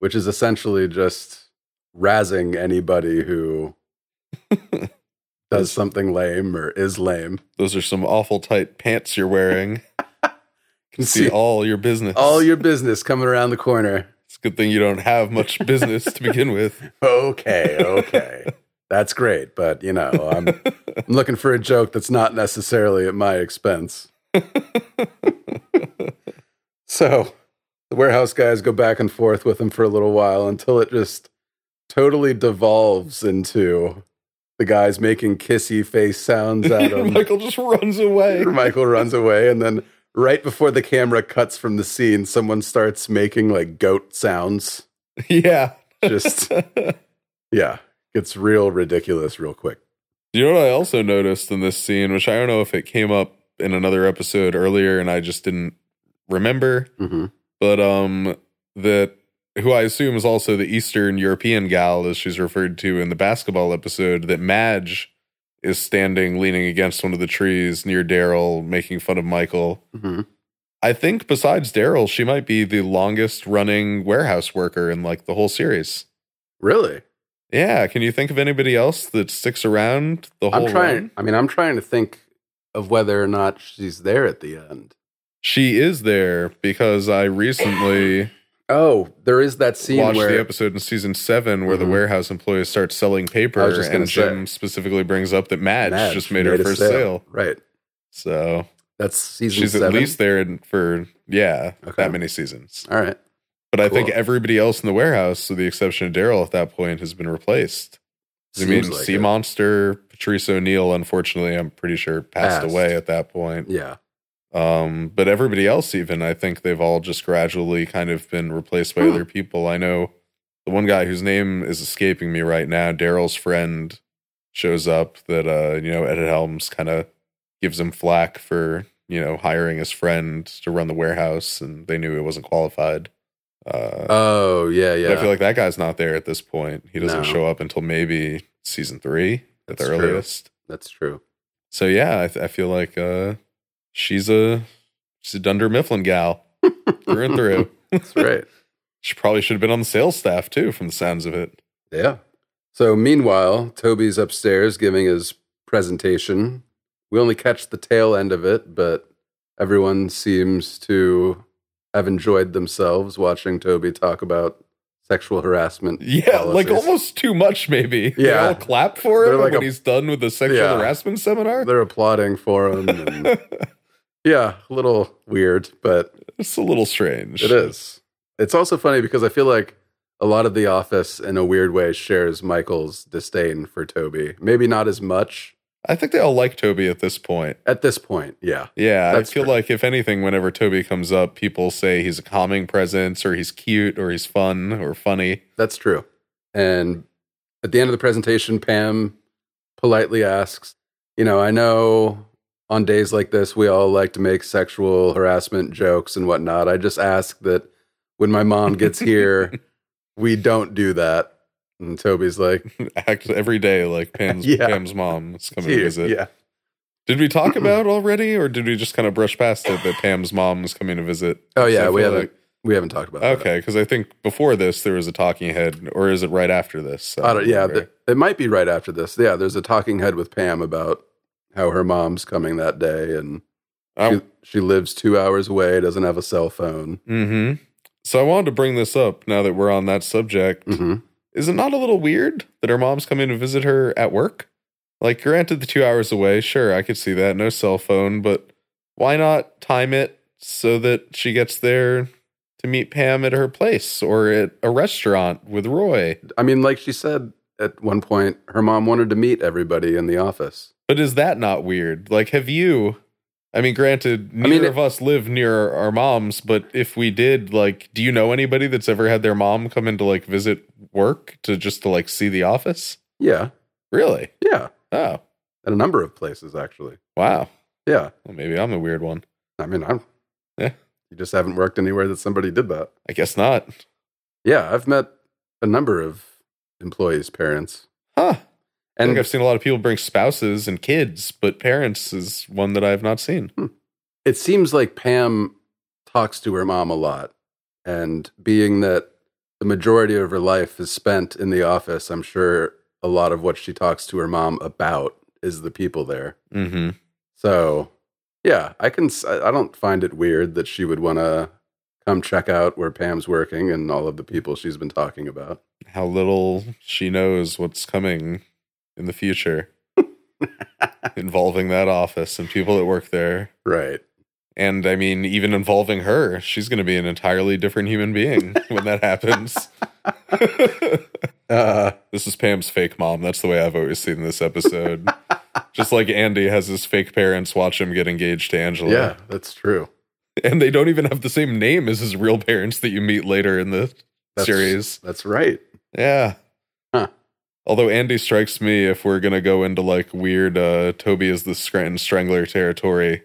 C: which is essentially just razzing anybody who does something lame or is lame.
B: Those are some awful tight pants you're wearing. Can see
C: See-
B: all your business.
C: All your business coming around the corner.
B: It's a good thing you don't have much business to begin with.
C: Okay, okay. That's great, but you know, I'm, I'm looking for a joke that's not necessarily at my expense. so the warehouse guys go back and forth with him for a little while until it just totally devolves into the guys making kissy face sounds at him.
B: Michael just runs away.
C: Michael runs away, and then right before the camera cuts from the scene, someone starts making like goat sounds.
B: Yeah.
C: Just yeah, it's real ridiculous real quick.
B: You know what I also noticed in this scene, which I don't know if it came up in another episode earlier and I just didn't remember,
C: Mm-hmm.
B: but um that who I assume is also the Eastern European gal as she's referred to in the basketball episode, that Madge is standing leaning against one of the trees near Daryl, making fun of Michael.
C: Mm-hmm.
B: I think besides Daryl, she might be the longest running warehouse worker in like the whole series.
C: Really,
B: Yeah, can you think of anybody else that sticks around the whole
C: I'm trying.
B: run?
C: I mean, I'm trying to think of whether or not she's there at the end.
B: She is there because I recently
C: Oh, there is that scene
B: watched
C: where
B: the episode in season seven where
C: Mhm.
B: the warehouse employees start selling paper,
C: I was just gonna
B: and Jim specifically brings up that Madge,
C: Madge
B: just made, her
C: a
B: first sale.
C: Right,
B: So
C: that's season.
B: she's
C: seven?
B: at least there in- for yeah
C: Okay.
B: that many seasons.
C: All right.
B: But I think
C: Cool.
B: everybody else in the warehouse, with the exception of Daryl, at that point has been replaced. I mean,
C: Seems like
B: Sea
C: it.
B: Monster, Patrice O'Neill, unfortunately, I'm pretty sure passed,
C: Passed.
B: away at that point.
C: Yeah.
B: Um, but everybody else, even, I think they've all just gradually kind of been replaced
C: Hmm.
B: by other people. I know the one guy whose name is escaping me right now, Daryl's friend, shows up that, uh, you know, Ed Helms kind of gives him flack for, you know, hiring his friend to run the warehouse and they knew he wasn't qualified. Uh,
C: Oh yeah, yeah.
B: but I feel like that guy's not there at this point. He doesn't
C: No.
B: show up until maybe season three at
C: That's
B: the
C: true.
B: earliest.
C: that's true.
B: So yeah, I, th- I feel like uh, she's a she's a Dunder Mifflin gal through and through.
C: That's right.
B: She probably should have been on the sales staff too, from the sounds of it.
C: Yeah. So meanwhile, Toby's upstairs giving his presentation. We only catch the tail end of it, but everyone seems to have enjoyed themselves watching Toby talk about sexual harassment.
B: Yeah, like
C: policies.
B: almost too much, maybe.
C: Oh,
B: They
C: Yeah.
B: all clap for
C: They're
B: him
C: like
B: when
C: a-
B: he's done with the sexual
C: Yeah.
B: harassment seminar.
C: They're applauding for him. and- yeah, a little weird, but
B: It's a little strange.
C: It is. It's also funny because I feel like a lot of The Office, in a weird way, shares Michael's disdain for Toby. Maybe not as much
B: I think they all like Toby at this point.
C: at this point. Yeah.
B: Yeah,
C: That's
B: I feel
C: true.
B: like if anything, whenever Toby comes up, people say he's a calming presence, or he's cute, or he's fun, or funny.
C: That's true. And at the end of the presentation, Pam politely asks, You know, I know on days like this, we all like to make sexual harassment jokes and whatnot. I just ask that when my mom gets here, we don't do that. And Toby's like,
B: Act every day like Pam's
C: Yeah.
B: Pam's mom is coming to
C: "Here,
B: visit.
C: Yeah.
B: Did we talk about already, or did we just kind of brush past it that Pam's mom was coming to visit?
C: Oh
B: I
C: yeah, we
B: feel
C: haven't
B: like-
C: we haven't talked about that.
B: Okay, because I think before this there was a talking head, or is it right after this? So
C: I don't, yeah,
B: remember.
C: th- it might be right after this. Yeah, there's a talking head with Pam about how her mom's coming that day, and she,
B: I-
C: she lives two hours away, doesn't have a cell phone.
B: hmm So I wanted to bring this up now that we're on that subject.
C: hmm
B: Is it not a little weird that her mom's coming to visit her at work? Like, granted, the two hours away, sure, I could see that, no cell phone, but why not time it so that she gets there to meet Pam at her place or at a restaurant with Roy?
C: I mean, like she said at one point, her mom wanted to meet everybody in the office.
B: But is that not weird? Like, have you? I mean, granted, neither
C: mean, it-
B: of us live near our moms, but if we did, like, do you know anybody that's ever had their mom come in to like visit work to just to like see the office?
C: Yeah,
B: Really?
C: yeah,
B: Oh,
C: at a number of places actually.
B: wow.
C: Yeah,
B: Well, maybe I'm a weird one.
C: I mean, I'm.
B: Yeah.
C: you just haven't worked anywhere that somebody did that.
B: I guess not.
C: Yeah, I've met a number of employees' parents,
B: Huh. I
C: and
B: think I've seen a lot of people bring spouses and kids, but parents is one that I have not seen.
C: it seems like Pam talks to her mom a lot. And being that the majority of her life is spent in the office, I'm sure a lot of what she talks to her mom about is the people there.
B: Mm-hmm.
C: So, yeah, I can s- I I don't find it weird that she would want to come check out where Pam's working and all of the people she's been talking about.
B: How little she knows what's coming in the future involving that office and people that work there.
C: Right.
B: And I mean, even involving her, she's going to be an entirely different human being when that happens.
C: Uh,
B: this is Pam's fake mom. That's the way I've always seen this episode. Just like Andy has his fake parents watch him get engaged to Angela.
C: yeah, that's true.
B: And they don't even have the same name as his real parents that you meet later in the
C: That's,
B: series.
C: That's right.
B: Yeah.
C: Huh.
B: Although Andy strikes me if we're going to go into like weird uh Toby is the Scranton Strangler territory.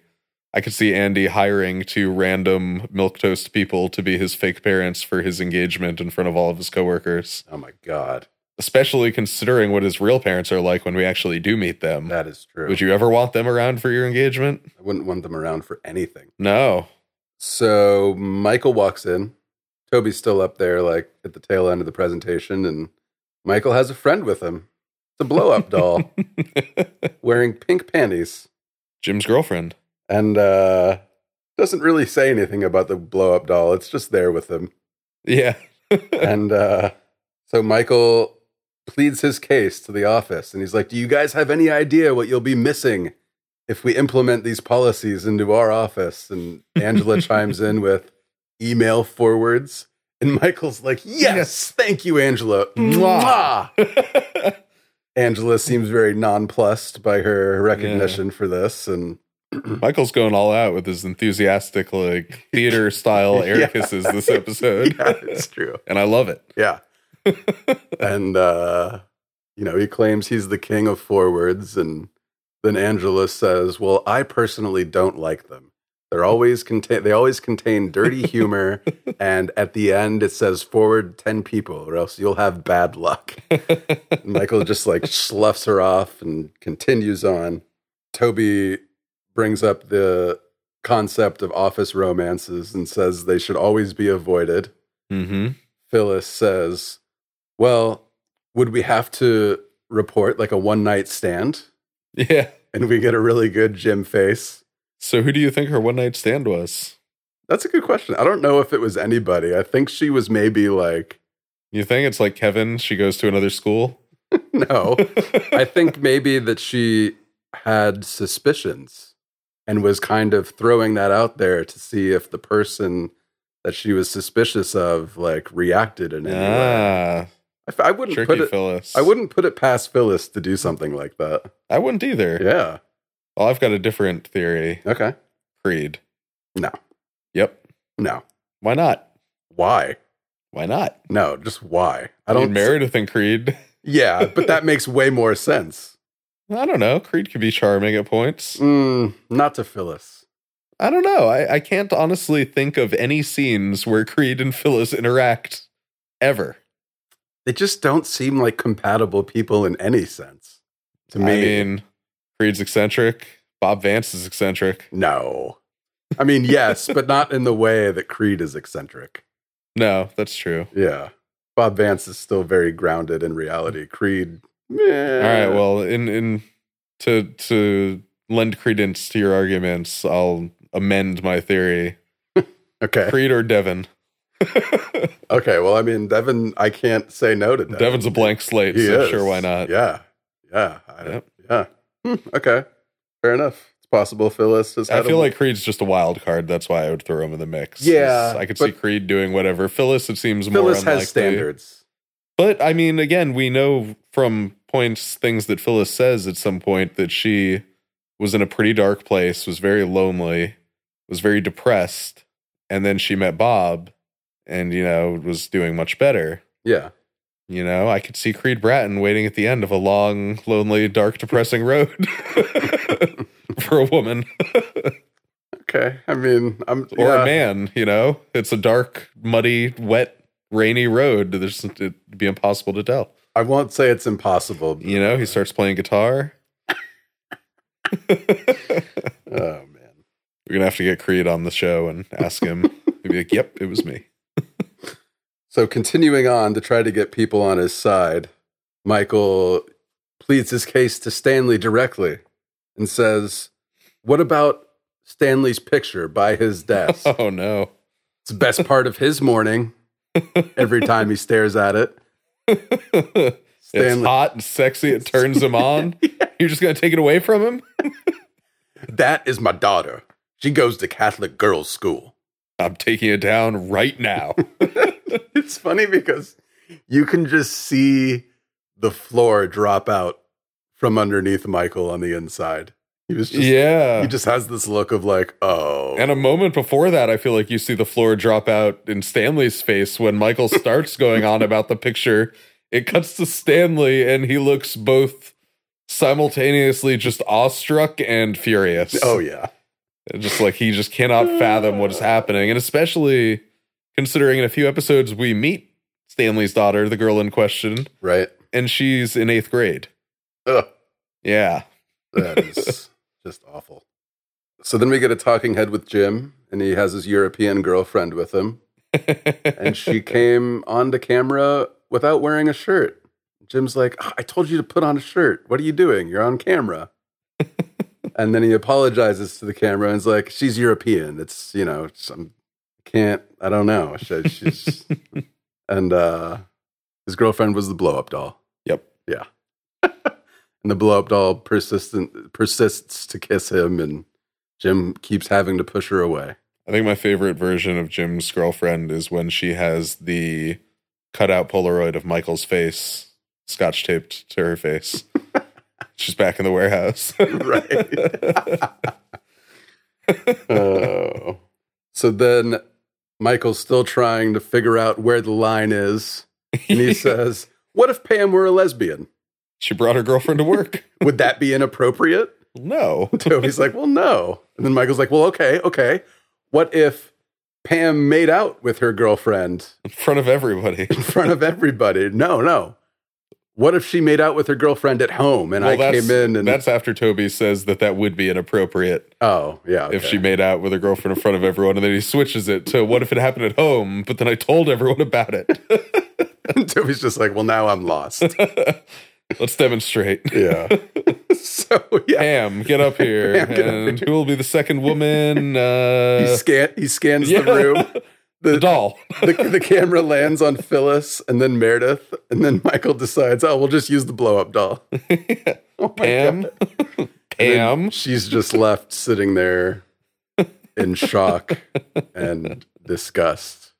B: I could see Andy hiring two random milk toast people to be his fake parents for his engagement in front of all of his coworkers,
C: Oh my god,
B: especially considering what his real parents are like when we actually do meet them.
C: that is true.
B: Would you ever want them around for your engagement?
C: I wouldn't want them around for anything.
B: No.
C: So Michael walks in. Toby's still up there, like at the tail end of the presentation, and Michael has a friend with him. It's a blow up doll wearing pink panties
B: Jim's girlfriend.
C: and uh, doesn't really say anything about the blow up doll. It's just there with him.
B: Yeah.
C: and uh, so Michael pleads his case to the office and he's like, Do you guys have any idea what you'll be missing if we implement these policies into our office? And Angela chimes in with email forwards. And Michael's like, Yes, thank you, Angela.
B: Mwah.
C: Mwah. Angela seems very nonplussed by her recognition for this. And
B: Michael's going all out with his enthusiastic, like theater style air
C: Yeah.
B: kisses this episode.
C: yeah, it's true.
B: and I love it.
C: Yeah. and uh, you know, he claims he's the king of forwards and then Angela says, "Well, I personally don't like them. They're always contain they always contain dirty humor and at the end it says forward 10 people or else you'll have bad luck." And Michael just like sloughs her off and continues on. Toby brings up the concept of office romances and says they should always be avoided.
B: Mm-hmm.
C: Phyllis says, Well, would we have to report like a one night stand?
B: Yeah.
C: And we get a really good Jim face.
B: So who do you think her one night stand was?
C: That's a good question. I don't know if it was anybody. I think she was maybe like,
B: You think it's like Kevin? She goes to another school.
C: No. I think maybe that she had suspicions and was kind of throwing that out there to see if the person that she was suspicious of like reacted in any way.
B: ah,
C: I f- I wouldn't put
B: tricky
C: it.
B: Phyllis.
C: I wouldn't put it past Phyllis to do something like that.
B: I wouldn't either.
C: Yeah.
B: Well, I've got a different theory.
C: Okay.
B: Creed.
C: No.
B: Yep.
C: No.
B: Why not?
C: Why?
B: Why not?
C: No, just why? I
B: I
C: don't
B: don't Meredith and Creed.
C: Yeah, but that makes way more sense.
B: I don't know. Creed could be charming at points.
C: Mm, not to Phyllis.
B: I don't know. I, I can't honestly think of any scenes where Creed and Phyllis interact ever.
C: They just don't seem like compatible people in any sense. To me,
B: I mean, Creed's eccentric, Bob Vance is eccentric.
C: No. I mean, yes, but not in the way that Creed is eccentric.
B: No, that's true.
C: Yeah. Bob Vance is still very grounded in reality. Creed.
B: All right. Well, in in to to lend credence to your arguments, I'll amend my theory.
C: Okay.
B: Creed or Devin?
C: Okay. Well, I mean, Devin, I can't say no to Devin.
B: Devin's a blank slate,
C: He
B: so
C: is.
B: sure, why not?
C: Yeah. Yeah. I,
B: Yep.
C: Yeah. Hmm, okay. Fair enough. It's possible Phyllis has
B: I
C: had a-
B: feel like Creed's just a wild card. That's why I would throw him in the mix.
C: Yeah,
B: I could see
C: but-
B: Creed doing whatever. Phyllis, it seems more
C: Phyllis
B: unlikely.
C: has standards.
B: But I mean, again, we know from points, things that Phyllis says at some point that she was in a pretty dark place, was very lonely, was very depressed, and then she met Bob, and you know was doing much better.
C: Yeah.
B: You know, I could see Creed Bratton waiting at the end of a long, lonely, dark, depressing road for a woman
C: Okay. I mean, I'm
B: or
C: yeah.
B: a man. You know, it's a dark, muddy, wet, rainy road. There's, it'd be impossible to tell.
C: I won't say it's impossible. but-
B: You know, he starts playing guitar.
C: Oh man.
B: We're gonna have to get Creed on the show and ask him. He'd be like, "Yep, it was me."
C: So continuing on to try to get people on his side, Michael pleads his case to Stanley directly and says, "What about Stanley's picture by his desk?"
B: Oh no!
C: It's the best part of his morning. Every time he stares at it,
B: It's
C: Stanley,
B: hot and sexy. It turns him on. You're just gonna take it away from him?
C: that is my daughter. She goes to Catholic girls' school.
B: I'm taking it down right now.
C: It's funny because you can just see the floor drop out from underneath Michael on the inside. He was just, he
B: yeah.
C: just has this look of like, oh,
B: And a moment before that, I feel like you see the floor drop out in Stanley's face when Michael starts going on about the picture. It cuts to Stanley, and he looks both simultaneously just awestruck and furious.
C: oh yeah,
B: It's just like he just cannot fathom what is happening and especially considering in a few episodes we meet stanley's daughter the girl in question
C: right.
B: and she's in eighth grade
C: Ugh,
B: yeah
C: that is just awful. So then we get a talking head with Jim, and he has his European girlfriend with him. and she came onto camera without wearing a shirt. Jim's like, "Ah, I told you to put on a shirt. What are you doing? You're on camera. and then he apologizes to the camera and is like, She's European. It's, you know, it's, I'm, I can't, I don't know. She, she's, and uh, his girlfriend was the blow up doll.
B: Yep.
C: Yeah. and the blow up doll persistent, persists to kiss him, and Jim keeps having to push her away.
B: i think my favorite version of jim's girlfriend is when she has the cutout polaroid of michael's face scotch taped to her face she's back in the warehouse
C: right. oh. So then Michael's still trying to figure out where the line is. And he says, What if Pam were a lesbian?
B: she brought her girlfriend to work
C: Would that be inappropriate?
B: no
C: Toby's like, Well, no. And then Michael's like, Well, okay, okay. What if Pam made out with her girlfriend
B: in front of everybody
C: in front of everybody? No, no. What if she made out with her girlfriend at home and I
B: that's-
C: came in and
B: that's after Toby says that that would be inappropriate
C: oh yeah
B: if
C: okay.
B: she made out with her girlfriend in front of everyone, and then he switches it to what if it happened at home? But then I told everyone about it.
C: Toby's just like well now I'm lost
B: Let's demonstrate.
C: Yeah. so yeah,
B: Pam, get up here,
C: Pam, get up
B: and who will be the second woman? Uh,
C: he scan he scans
B: yeah.
C: the room.
B: the doll.
C: The, the camera lands on Phyllis and then Meredith, and then Michael decides, oh, we'll just use the blow up doll. Oh my
B: Pam,
C: God.
B: Pam.
C: She's just left sitting there in shock and disgust.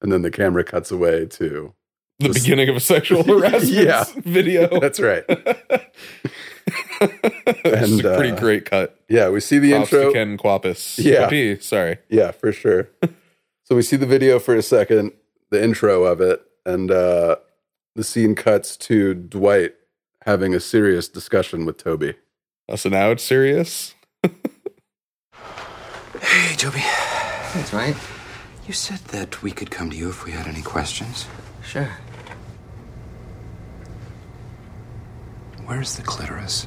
C: And then the camera cuts away to
B: The beginning of a sexual harassment
C: Yeah.
B: video.
C: That's right.
B: It's
C: and,
B: a pretty
C: uh,
B: great cut.
C: Yeah, we see the
B: Props
C: intro.
B: to Ken Quapis.
C: Yeah.
B: Quapi, sorry.
C: Yeah, for sure. so we see the video for a second, the intro of it, and uh, the scene cuts to Dwight having a serious discussion with Toby.
B: Uh, So now it's serious.
G: Hey, Toby.
E: That's right.
G: You said that we could come to you if we had any questions.
E: Sure.
G: Where's the clitoris?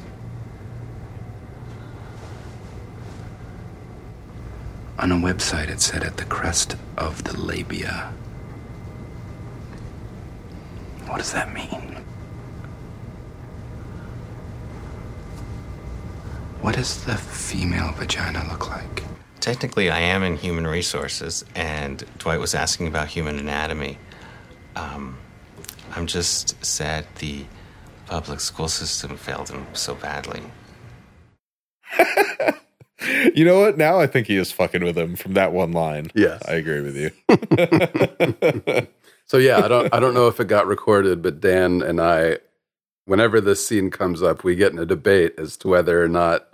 G: On a website, it said at the crest of the labia. What does that mean? What does the female vagina look like?
E: Technically, I am in human resources, and Dwight was asking about human anatomy. Um, I'm just sad the public school system failed him so badly.
B: You know what? Now I think he is fucking with him from that one line.
C: Yes.
B: I agree with you.
C: So yeah, I don't I don't know if it got recorded, but Dan and I, whenever this scene comes up, we get in a debate as to whether or not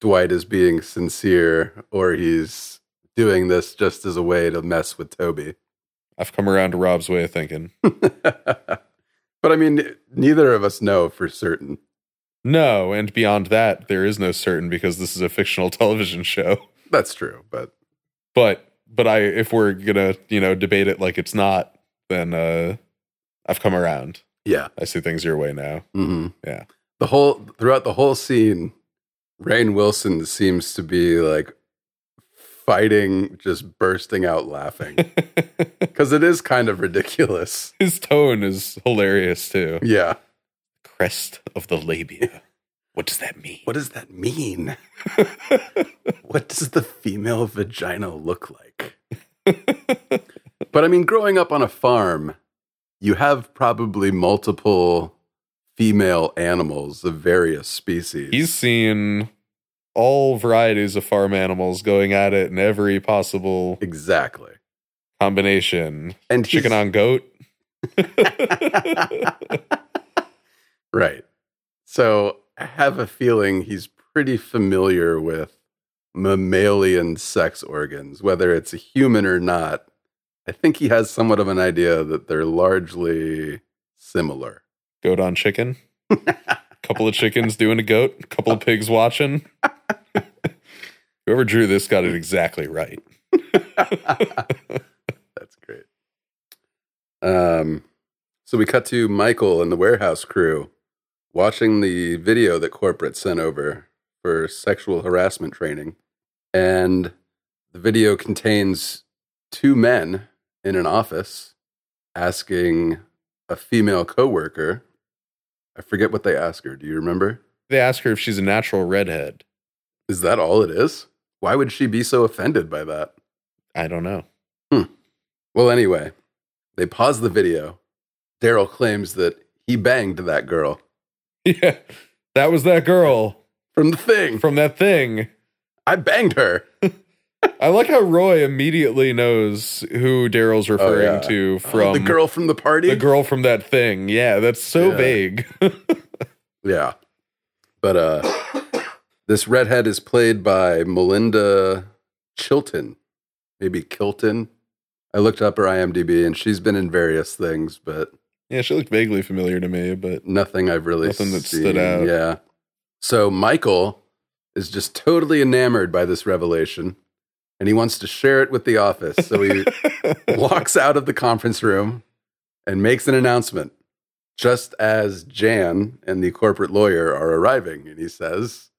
C: Dwight is being sincere or he's doing this just as a way to mess with Toby.
B: I've come around to Rob's way of thinking.
C: but I mean, neither of us know for certain.
B: No, and beyond that, there is no certain because this is a fictional television show.
C: That's true, but
B: But but I if we're gonna, you know, debate it like it's not, then uh I've come around.
C: yeah.
B: I see things your way now.
C: Mm-hmm.
B: Yeah.
C: The whole throughout the whole scene, Rain Wilson seems to be like fighting, just bursting out laughing because it is kind of ridiculous.
B: His tone is hilarious too.
C: Yeah.
B: Crest of the labia. What does that mean?
C: What does that mean? what does the female vagina look like? but I mean, growing up on a farm, you have probably multiple female animals of various species.
B: He's seen all varieties of farm animals going at it in every possible
C: exactly.
B: combination.
C: And he's-
B: Chicken on goat.
C: right. So I have a feeling he's pretty familiar with mammalian sex organs, whether it's a human or not. I think he has somewhat of an idea that they're largely similar.
B: goat on chicken. couple of chickens doing a goat. Couple of pigs watching. Whoever drew this got it exactly right.
C: That's great. Um, so we cut to Michael and the warehouse crew watching the video that corporate sent over for sexual harassment training. And the video contains two men in an office asking a female coworker. I forget what they ask her. Do you remember?
B: They ask her if she's a natural redhead.
C: Is that all it is? Why would she be so offended by that?
B: I don't know.
C: Well, anyway, they pause the video. Daryl claims that he banged that girl
B: Yeah, that was that girl
C: from the thing.
B: from that thing.
C: I banged her.
B: I like how Roy immediately knows who Daryl's referring
C: Oh, yeah.
B: to from
C: the girl from the party.
B: the girl from that thing. Yeah, that's so
C: Yeah.
B: vague.
C: Yeah. But uh this redhead is played by Melinda Chilton. Maybe Kilton. I looked up her IMDb and she's been in various things, but
B: yeah, she looked vaguely familiar to me, but
C: nothing I've really
B: Nothing that
C: seen.
B: stood out.
C: Yeah. So Michael is just totally enamored by this revelation, and he wants to share it with the office. So he walks out of the conference room and makes an announcement. Just as Jan and the corporate lawyer are arriving, and he says,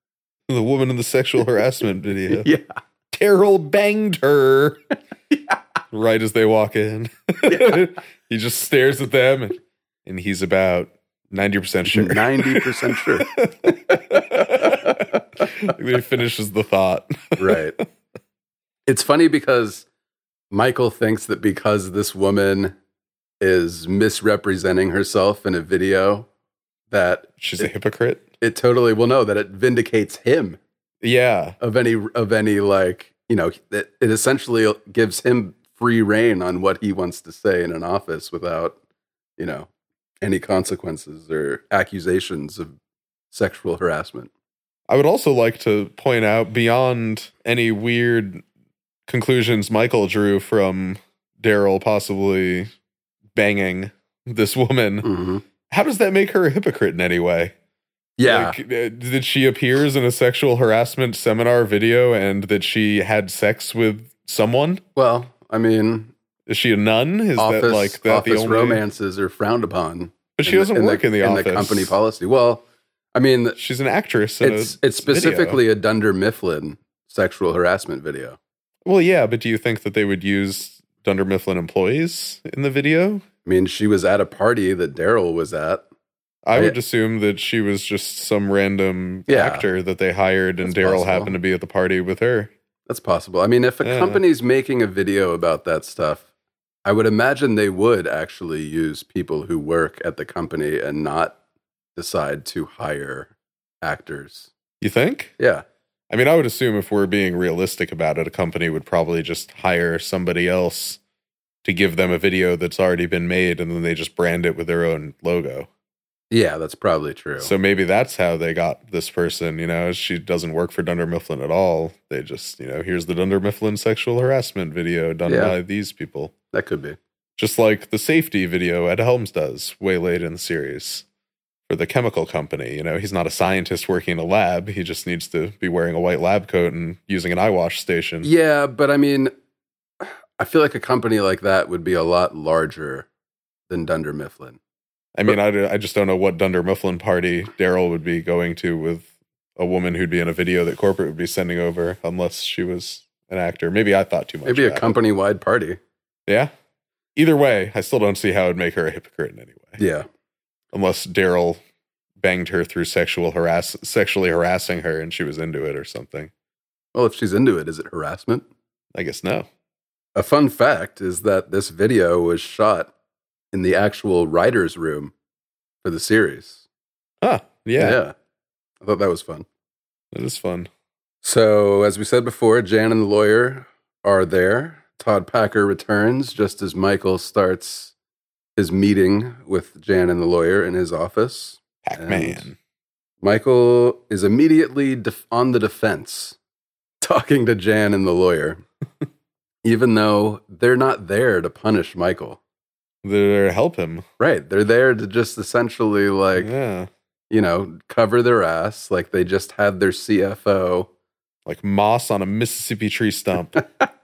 B: the woman in the sexual harassment video.
C: "Yeah,
B: Daryl banged her. Right as they walk in, he just stares at them, and, and he's about ninety percent sure.
C: ninety percent sure."
B: he finishes the thought.
C: right. It's funny because Michael thinks that because this woman is misrepresenting herself in a video, that
B: She's a hypocrite.
C: it totally will know that it vindicates him
B: Yeah,
C: of any of any like you know it, it essentially gives him free reign on what he wants to say in an office without you know any consequences or accusations of sexual harassment.
B: I would also like to point out beyond any weird conclusions Michael drew from Daryl possibly banging this woman.
C: Mhm.
B: How does that make her a hypocrite in any way?
C: Yeah,
B: Like, uh, that she appears in a sexual harassment seminar video and that she had sex with someone?
C: well, I mean,
B: Is she a nun? Is
C: office,
B: that like that
C: office
B: the only
C: romances are frowned upon.
B: But she doesn't work in the office.
C: company policy. Well, I mean,
B: She's an actress. In
C: it's
B: a
C: it's specifically a Dunder Mifflin sexual harassment video.
B: Well, yeah, but do you think that they would use Dunder Mifflin employees in the video?
C: I mean, she was at a party that Daryl was at.
B: I
C: I-
B: would assume that she was just some random
C: Yeah.
B: actor that they hired, and
C: That's
B: Daryl
C: possible.
B: happened to be at the party with her.
C: That's possible. I mean, if a
B: Yeah.
C: company's making a video about that stuff, I would imagine they would actually use people who work at the company and not decide to hire actors.
B: You think?
C: Yeah.
B: I mean, I would assume if we're being realistic about it, a company would probably just hire somebody else to give them a video that's already been made, and then they just brand it with their own logo.
C: Yeah, that's probably true.
B: So maybe that's how they got this person. You know, she doesn't work for Dunder Mifflin at all. They just, you know, here's the Dunder Mifflin sexual harassment video done
C: Yeah.
B: by these people,
C: that could be.
B: just like the safety video Ed Helms does way late in the series for the chemical company. You know, he's not a scientist working in a lab. He just needs to be wearing a white lab coat and using an eye wash station.
C: Yeah, but I mean, I feel like a company like that would be a lot larger than Dunder Mifflin.
B: I mean, I, d- I just don't know what Dunder Mifflin party Daryl would be going to with a woman who'd be in a video that corporate would be sending over, unless she was an actor. Maybe I thought too much.
C: Maybe a
B: about it.
C: company wide party.
B: Yeah. Either way, I still don't see how it would make her a hypocrite in any way,
C: Yeah.
B: unless Daryl banged her through sexual harass sexually harassing her and she was into it or something.
C: Well, if she's into it, is it harassment?
B: I guess no.
C: A fun fact is that this video was shot in the actual writer's room for the series.
B: Huh. Yeah.
C: I thought that was fun.
B: That is fun.
C: So, as we said before, Jan and the lawyer are there. Todd Packer returns just as Michael starts his meeting with Jan and the lawyer in his office.
B: Pac Man.
C: Michael is immediately def- on the defense, talking to Jan and the lawyer, even though they're not there to punish Michael.
B: There to help him.
C: Right. They're there to just essentially like,
B: yeah.
C: you know, cover their ass. Like they just had their CFO.
B: Like moss on a Mississippi tree stump.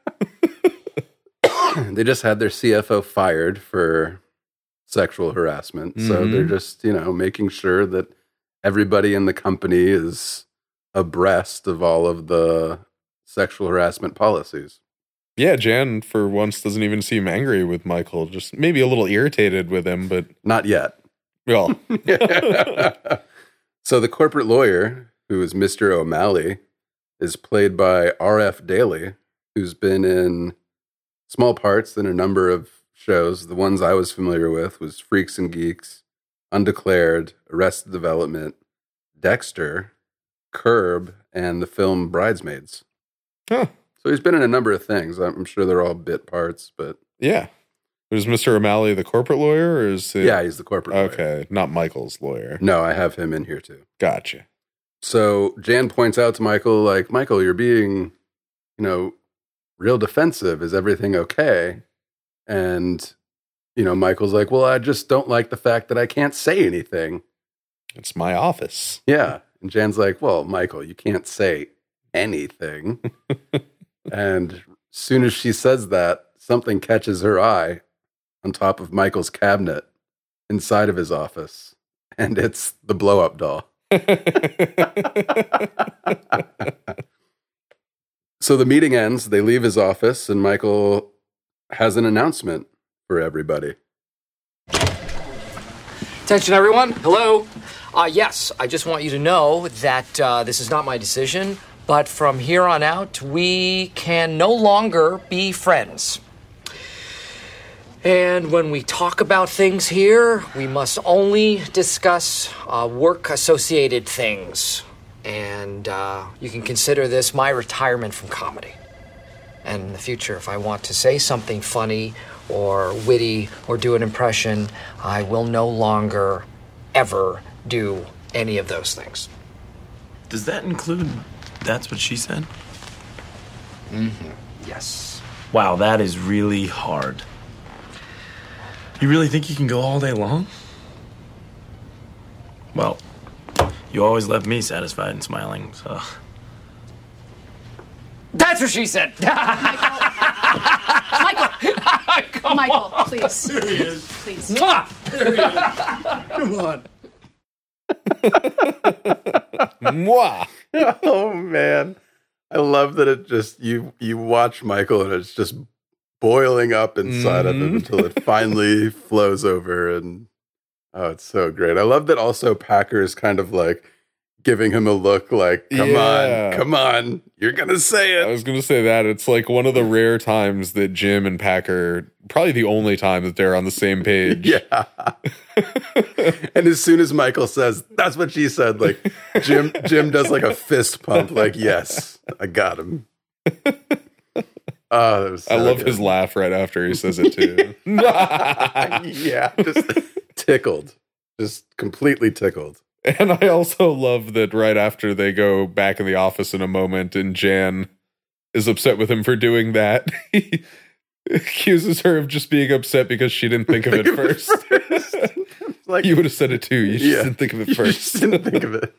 C: they just had their CFO fired for sexual harassment. So
B: Mhm.
C: they're just, you know, making sure that everybody in the company is abreast of all of the sexual harassment policies.
B: yeah, Jan for once doesn't even seem angry with Michael, just maybe a little irritated with him, but
C: Not yet.
B: well,
C: so the corporate lawyer, who is Mr. O'Malley, is played by R.F. Daly, who's been in small parts in a number of shows. The ones I was familiar with was Freaks and Geeks, Undeclared, Arrested Development, Dexter, Curb, and the film Bridesmaids.
B: Huh.
C: So he's been in a number of things. I'm I'm sure they're all bit parts, but
B: yeah. Is Mr. O'Malley the corporate lawyer or is it
C: yeah, he's the corporate lawyer.
B: Okay, not Michael's lawyer.
C: No, I have him in here too.
B: Gotcha.
C: So Jan points out to Michael, like, Michael, you're being, you know, real defensive. Is everything okay? And, you know, Michael's like, well, I just don't like the fact that I can't say anything.
B: It's my office.
C: Yeah. And Jan's like, well, Michael, you can't say anything. and soon as she says that, something catches her eye on top of Michael's cabinet inside of his office. And it's the blow up doll. so the meeting ends. They leave his office, and Michael has an announcement for everybody.
D: Attention, everyone. Hello. Uh, yes, I just want you to know that uh, this is not my decision, but from here on out, we can no longer be friends. And when we talk about things here, we must only discuss uh, work associated things. And uh, you can consider this my retirement from comedy. And in the future, if I want to say something funny or witty or do an impression, I will no longer ever do any of those things.
H: Does that include that's what she said?
D: Yes.
H: Wow, that is really hard. You really think you can go all day long? Well, you always left me satisfied and smiling, so.
D: That's what she said.
I: Michael, Michael, please, please.
D: Mwah!
B: Mwah.
C: Oh man. I love that it just you you watch Michael and it's just boiling up inside of him
B: Mhm.
C: until it finally flows over and oh it's so great. I love that also Packer is kind of like giving him a look like come
B: Yeah.
C: on, come on, you're gonna say
B: I
C: it.
B: was going to say that it's like one of the rare times that Jim and Packer, probably the only time that they're on the same page.
C: Yeah. and as soon as Michael says, that's what she said, like Jim Jim does like a fist pump, like, yes, I got him. Oh, that was
B: I
C: so
B: love
C: good.
B: his laugh right after he says it too.
C: yeah, just tickled, just completely tickled.
B: And I also love that right after they go back in the office in a moment and Jan is upset with him for doing that, he accuses her of just being upset because she didn't think of it first.
C: like
B: you would have said it too. You just
C: Yeah.
B: didn't think of
C: you
B: it
C: just
B: first.
C: didn't think of it.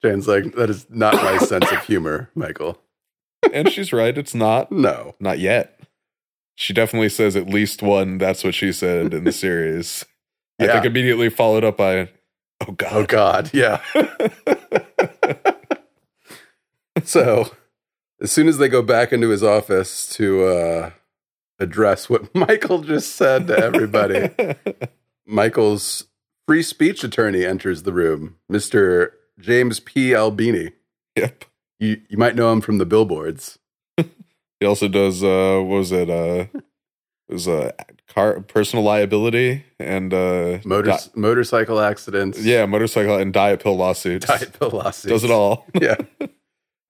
C: Jan's like, that is not my sense of humor, Michael.
B: and she's right. It's not.
C: No,
B: Not yet. She definitely says at least one. That's what she said in the series. I
C: yeah.
B: think immediately followed up by, oh
C: oh
B: God.
C: God, yeah. so, as soon as they go back into his office to uh, address what Michael just said to everybody, Michael's free speech attorney enters the room, Mr. James P. Albini.
B: yep.
C: You, you might know him from the billboards.
B: He also does uh what was it? Uh it was uh car personal liability and uh
C: Motor,
B: di-
C: motorcycle accidents.
B: yeah, motorcycle and diet pill lawsuits.
C: Diet pill lawsuits.
B: does it all.
C: Yeah.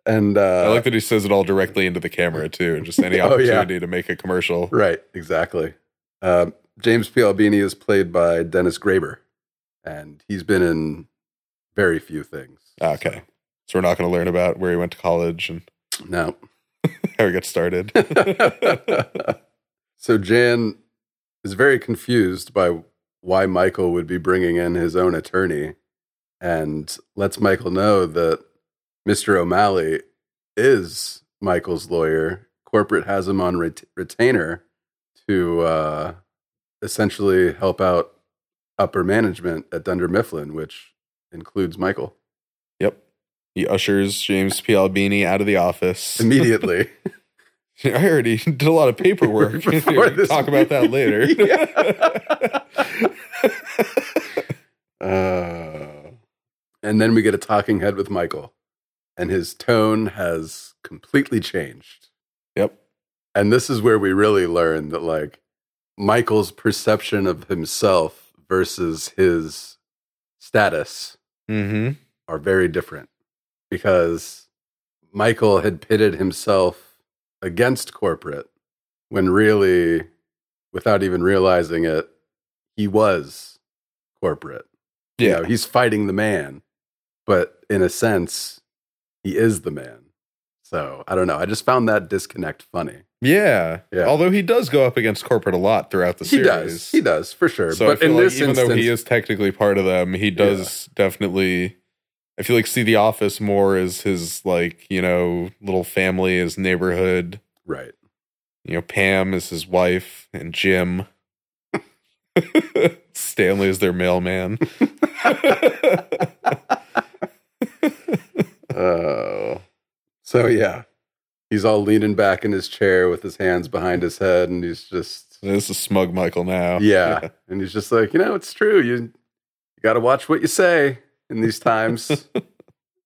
C: And uh,
B: I like that he says it all directly into the camera too, and just any
C: Oh, yeah.
B: opportunity to make a commercial.
C: right, exactly. Um, James P. Albini is played by Dennis Graber, and he's been in very few things.
B: Okay. So we're not gonna learn about where he went to college and
C: No.
B: how he got started.
C: so Jan is very confused by why Michael would be bringing in his own attorney and lets Michael know that Mr. O'Malley is Michael's lawyer. Corporate has him on ret- retainer to uh, essentially help out upper management at Dunder Mifflin, which includes Michael
B: yep. He ushers James P. Albini out of the office.
C: immediately.
B: I already did a lot of paperwork. We
C: Before
B: can
C: this
B: talk about that later.
C: Uh, and then we get a talking head with Michael, and his tone has completely changed.
B: yep.
C: And this is where we really learn that, like, Michael's perception of himself versus his status
B: Mm-hmm.
C: are very different because Michael had pitted himself against corporate when really, without even realizing it, he was corporate. You
B: Yeah.
C: know, he's fighting the man, but in a sense, he is the man. So I don't know. I just found that disconnect funny.
B: Yeah.
C: Yeah.
B: Although he does go up against corporate a lot throughout the
C: He
B: series.
C: does. He does for sure.
B: So I
C: but
B: feel
C: in
B: like
C: this
B: even
C: instance,
B: though he is technically part of them, he does definitely I feel like see the office more as his like, you know, little family, his neighborhood.
C: right.
B: You know, Pam is his wife and Jim. Stanley is their mailman.
C: Oh. So yeah. He's all leaning back in his chair with his hands behind his head and he's just
B: this is smug Michael now.
C: yeah. And he's just like, "You know, it's true. You you got to watch what you say in these times."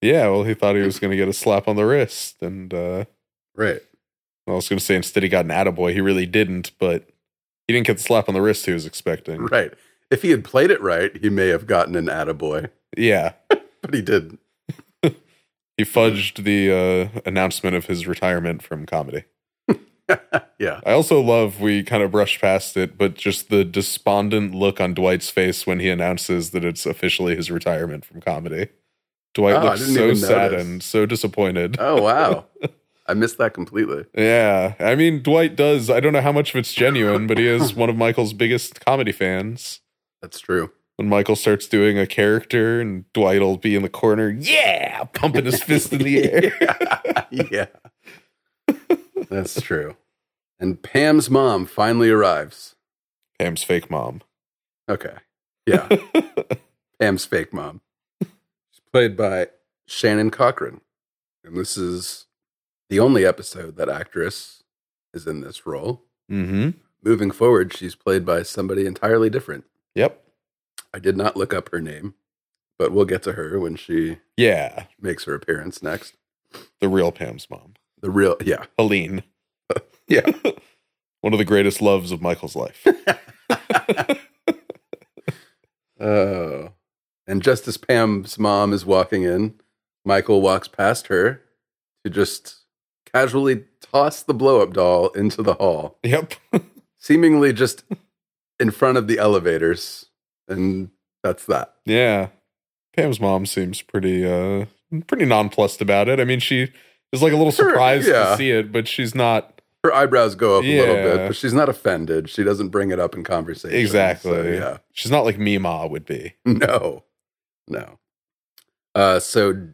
B: Yeah, well he thought he was gonna get a slap on the wrist and uh
C: right.
B: I was going to say instead he got an attaboy. He really didn't, but he didn't get the slap on the wrist he was expecting.
C: Right. If he had played it right, he may have gotten an attaboy,
B: Yeah.
C: but he didn't.
B: He fudged the uh, announcement of his retirement from comedy.
C: Yeah.
B: I also love we kind of brushed past it, but just the despondent look on Dwight's face when he announces that it's officially his retirement from comedy. Dwight
C: Oh, I
B: looks
C: didn't
B: so
C: even notice.
B: saddened, so disappointed.
C: Oh, wow. I missed that completely.
B: Yeah. I mean, Dwight does. I don't know how much of it's genuine, but he is one of Michael's biggest comedy fans.
C: That's true.
B: when Michael starts doing a character and Dwight will be in the corner, yeah, pumping his fist in the air.
C: yeah. That's true. And Pam's mom finally arrives.
B: Pam's fake mom.
C: Okay. Yeah. Pam's fake mom. She's played by Shannon Cochran. And this is the only episode that actress is in this role.
B: Mm-hmm.
C: Moving forward, she's played by somebody entirely different.
B: Yep.
C: I did not look up her name, but we'll get to her when she
B: Yeah.
C: makes her appearance next.
B: The real Pam's mom.
C: The real, yeah,
B: Helene.
C: yeah.
B: One of the greatest loves of Michael's life.
C: Oh. And just as Pam's mom is walking in, Michael walks past her to just casually toss the blow up doll into the hall,
B: yep.
C: seemingly just in front of the elevators. And that's that.
B: Yeah. Pam's mom seems pretty uh pretty nonplussed about it. I mean, she is like a little
C: Sure,
B: surprised
C: yeah.
B: to see it, but she's not
C: Her eyebrows go up a little
B: Yeah.
C: bit, but she's not offended. She doesn't bring it up in conversation.
B: exactly.
C: So, yeah.
B: She's not like Mima would be.
C: No, no. Uh, so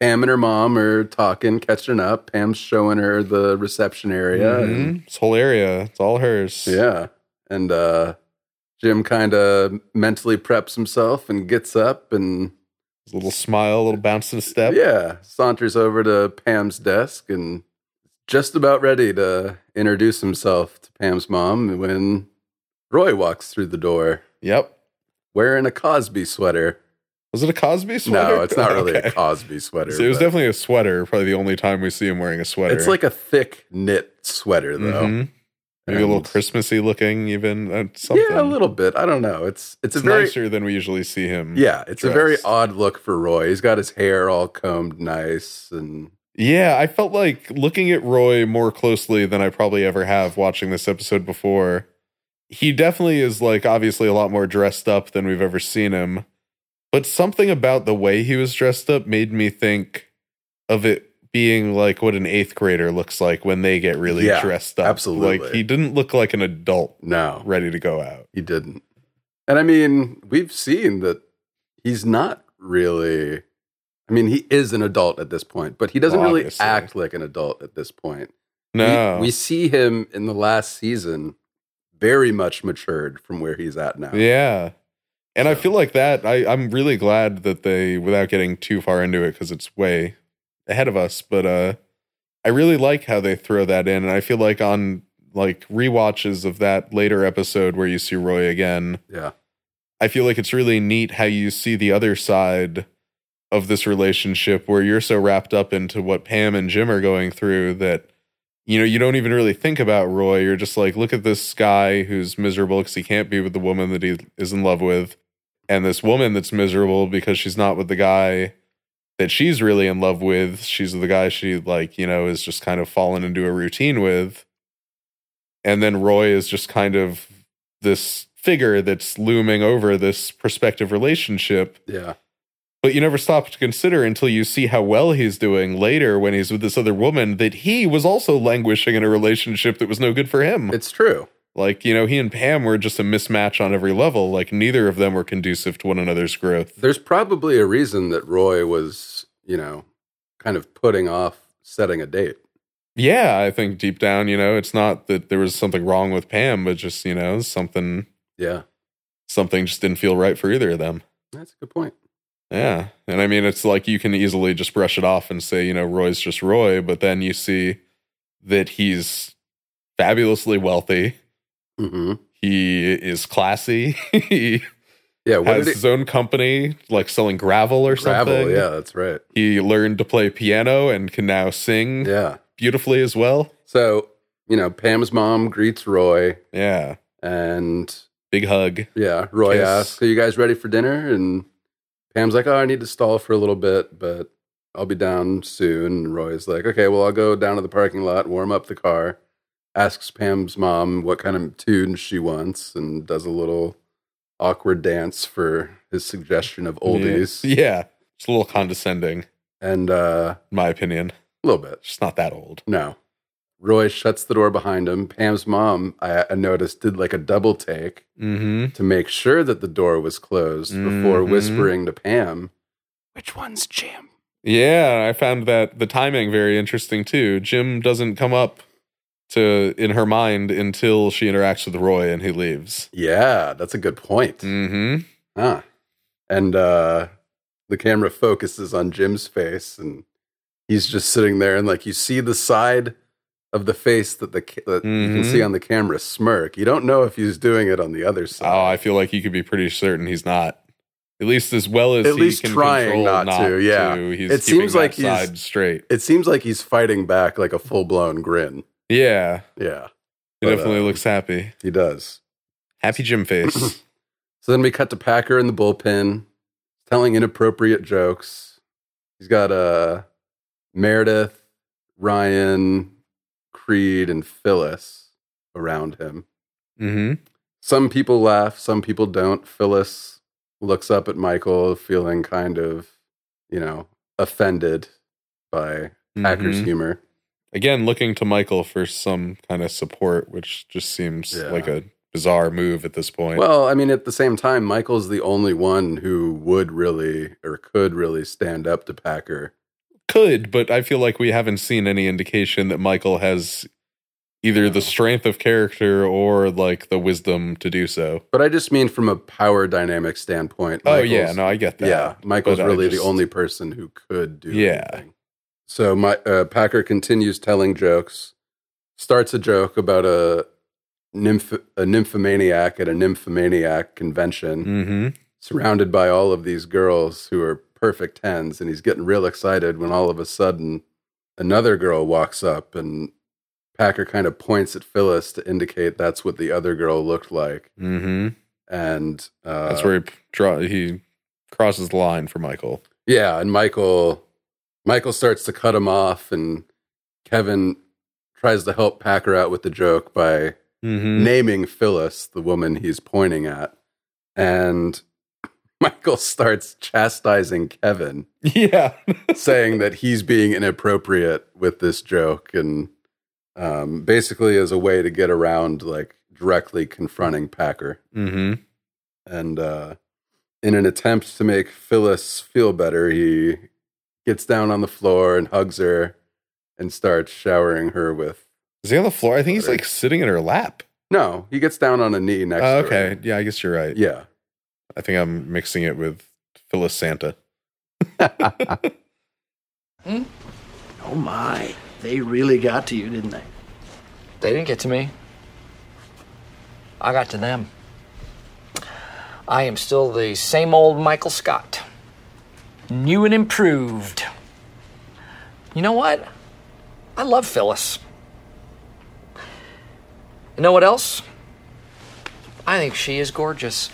C: Pam and her mom are talking, catching up. Pam's showing her the reception area. and
B: Mhm. This whole area, it's all hers.
C: Yeah. And uh Jim kind of mentally preps himself and gets up and
B: A little smile, a little bounce to the step.
C: yeah, saunters over to Pam's desk and just about ready to introduce himself to Pam's mom when Roy walks through the door
B: Yep.
C: wearing a Cosby sweater.
B: Was it a Cosby sweater?
C: No, it's not really
B: Okay.
C: a Cosby sweater.
B: So it was
C: but
B: definitely a sweater. Probably the only time we see him wearing a sweater.
C: It's like a thick knit sweater though.
B: Mhm. maybe a little
C: And-
B: Christmassy looking, even uh, something.
C: Yeah, a little bit. I don't know. It's it's,
B: It's
C: a very
B: nicer than we usually see him.
C: Yeah, it's a very
B: dressed.
C: odd look for Roy. He's got his hair all combed nice and
B: Yeah, I felt like looking at Roy more closely than I probably ever have watching this episode before. He definitely is like obviously a lot more dressed up than we've ever seen him. But something about the way he was dressed up made me think of it being like what an eighth grader looks like when they get really
C: Yeah,
B: dressed up.
C: absolutely.
B: Like he didn't look like an adult
C: no,
B: ready to go out.
C: he didn't. And I mean, we've seen that he's not really I mean, he is an adult at this point, but he doesn't
B: Well,
C: really
B: obviously.
C: act like an adult at this point. We-
B: No.
C: We, see him in the last season very much matured from where he's at now.
B: Yeah. And I feel like that I, I'm really glad that they without getting too far into it because it's way ahead of us, but uh I really like how they throw that in. And I feel like on like rewatches of that later episode where you see Roy again,
C: Yeah.
B: I feel like it's really neat how you see the other side of this relationship where you're so wrapped up into what Pam and Jim are going through that you know you don't even really think about Roy. You're just like, look at this guy who's miserable because he can't be with the woman that he is in love with, and this woman that's miserable because she's not with the guy that she's really in love with. She's with the guy she like, you know, is just kind of fallen into a routine with. And then Roy is just kind of this figure that's looming over this prospective relationship
C: Yeah.
B: but you never stop to consider until you see how well he's doing later when he's with this other woman that he was also languishing in a relationship that was no good for him.
C: It's true.
B: like, you know, he and Pam were just a mismatch on every level. Like, neither of them were conducive to one another's growth.
C: There's probably a reason that Roy was, you know, kind of putting off setting a date.
B: Yeah, I think deep down, you know, it's not that there was something wrong with Pam, but just, you know, something
C: Yeah.
B: something just didn't feel right for either of them.
C: That's a good point.
B: Yeah. And I mean, it's like you can easily just brush it off and say, you know, Roy's just Roy, but then you see that he's fabulously wealthy.
C: hmm
B: he is classy. he
C: Yeah, what
B: has
C: did
B: his own company, like selling gravel or
C: it, gravel?
B: something.
C: Yeah, that's right.
B: He learned to play piano and can now sing
C: Yeah.
B: beautifully as well.
C: So you know, Pam's mom greets Roy,
B: Yeah.
C: and
B: Big hug.
C: yeah, Roy
B: Kiss.
C: asks, "Are you guys ready for dinner?" And Pam's like, "Oh, I need to stall for a little bit, but I'll be down soon." And Roy's like, "Okay, well, I'll go down to the parking lot, warm up the car." Asks Pam's mom what kind of tune she wants, and does a little awkward dance for his suggestion of oldies,
B: Yeah. yeah. It's a little condescending,
C: and uh,
B: in my opinion.
C: a little bit.
B: She's not that old.
C: No. Roy shuts the door behind him. Pam's mom, I, I noticed, did like a double take
B: Mm-hmm.
C: to make sure that the door was closed before
B: Mhm.
C: whispering to Pam.
F: Which one's Jim?
B: Yeah, I found that the timing very interesting too. Jim doesn't come up to in her mind until she interacts with Roy and he leaves.
C: Yeah, that's a good point.
B: Mm-hmm.
C: Huh. And uh, the camera focuses on Jim's face, and he's just sitting there and like you see the side of the face that the ca- that you can
B: Mhm.
C: see on the camera smirk. You don't know if he's doing it on the other side.
B: Oh, I feel like you could be pretty certain he's not. At least as well as
C: At
B: he
C: least
B: can
C: trying
B: control
C: not, to. Yeah,
B: he's
C: it seems like he's
B: side straight.
C: it seems like he's fighting back like a full blown grin.
B: Yeah,
C: Yeah,
B: he
C: But,
B: definitely
C: um,
B: looks happy.
C: he does.
B: Happy Jim face.
C: So then we cut to Packer in the bullpen, telling inappropriate jokes. He's got uh, Meredith, Ryan, Creed, and Phyllis around him.
B: hmm
C: Some people laugh, some people don't. Phyllis looks up at Michael, feeling kind of, you know, offended by Packer's humor.
B: mm-hmm. Again, looking to Michael for some kind of support, which just seems
C: Yeah.
B: like a bizarre move at this point.
C: Well, I mean, at the same time, Michael's the only one who would really or could really stand up to Packer.
B: could, but I feel like we haven't seen any indication that Michael has either the strength of character or like the wisdom to do so.
C: But I just mean from a power dynamic standpoint.
B: oh yeah,
C: Michael's-
B: no, I get that.
C: yeah. Michael's
B: but I
C: really
B: just-
C: the only person who could do.
B: Yeah.
C: anything. So my uh, Packer continues telling jokes. Starts a joke about a nymph a nymphomaniac at a nymphomaniac convention,
B: Mm-hmm.
C: surrounded by all of these girls who are perfect tens, and he's getting real excited when all of a sudden another girl walks up and. Packer kind of points at Phyllis to indicate that's what the other girl looked like,
B: Mm-hmm.
C: and uh,
B: That's where he p- draw he crosses the line for Michael.
C: Yeah, and Michael Michael starts to cut him off and Kevin tries to help Packer out with the joke by
B: Mm-hmm.
C: naming Phyllis, the woman he's pointing at. And Michael starts chastising Kevin,
B: Yeah.
C: saying that he's being inappropriate with this joke and um, basically as a way to get around like directly confronting Packer
B: mm-hmm.
C: and uh, in an attempt to make Phyllis feel better, he gets down on the floor and hugs her and starts showering her with.
B: Is he on the floor? I think he's like sitting in her lap.
C: No, he gets down on a knee next.
B: Oh,
C: to
B: okay.
C: her.
B: Yeah, I guess you're right.
C: yeah,
B: I think I'm mixing it with Phyllis Santa.
F: Oh my. They really got to you, didn't they?
D: They didn't get to me. I got to them. I am still the same old Michael Scott. New and improved. You know what? I love Phyllis. You know what else? I think she is gorgeous.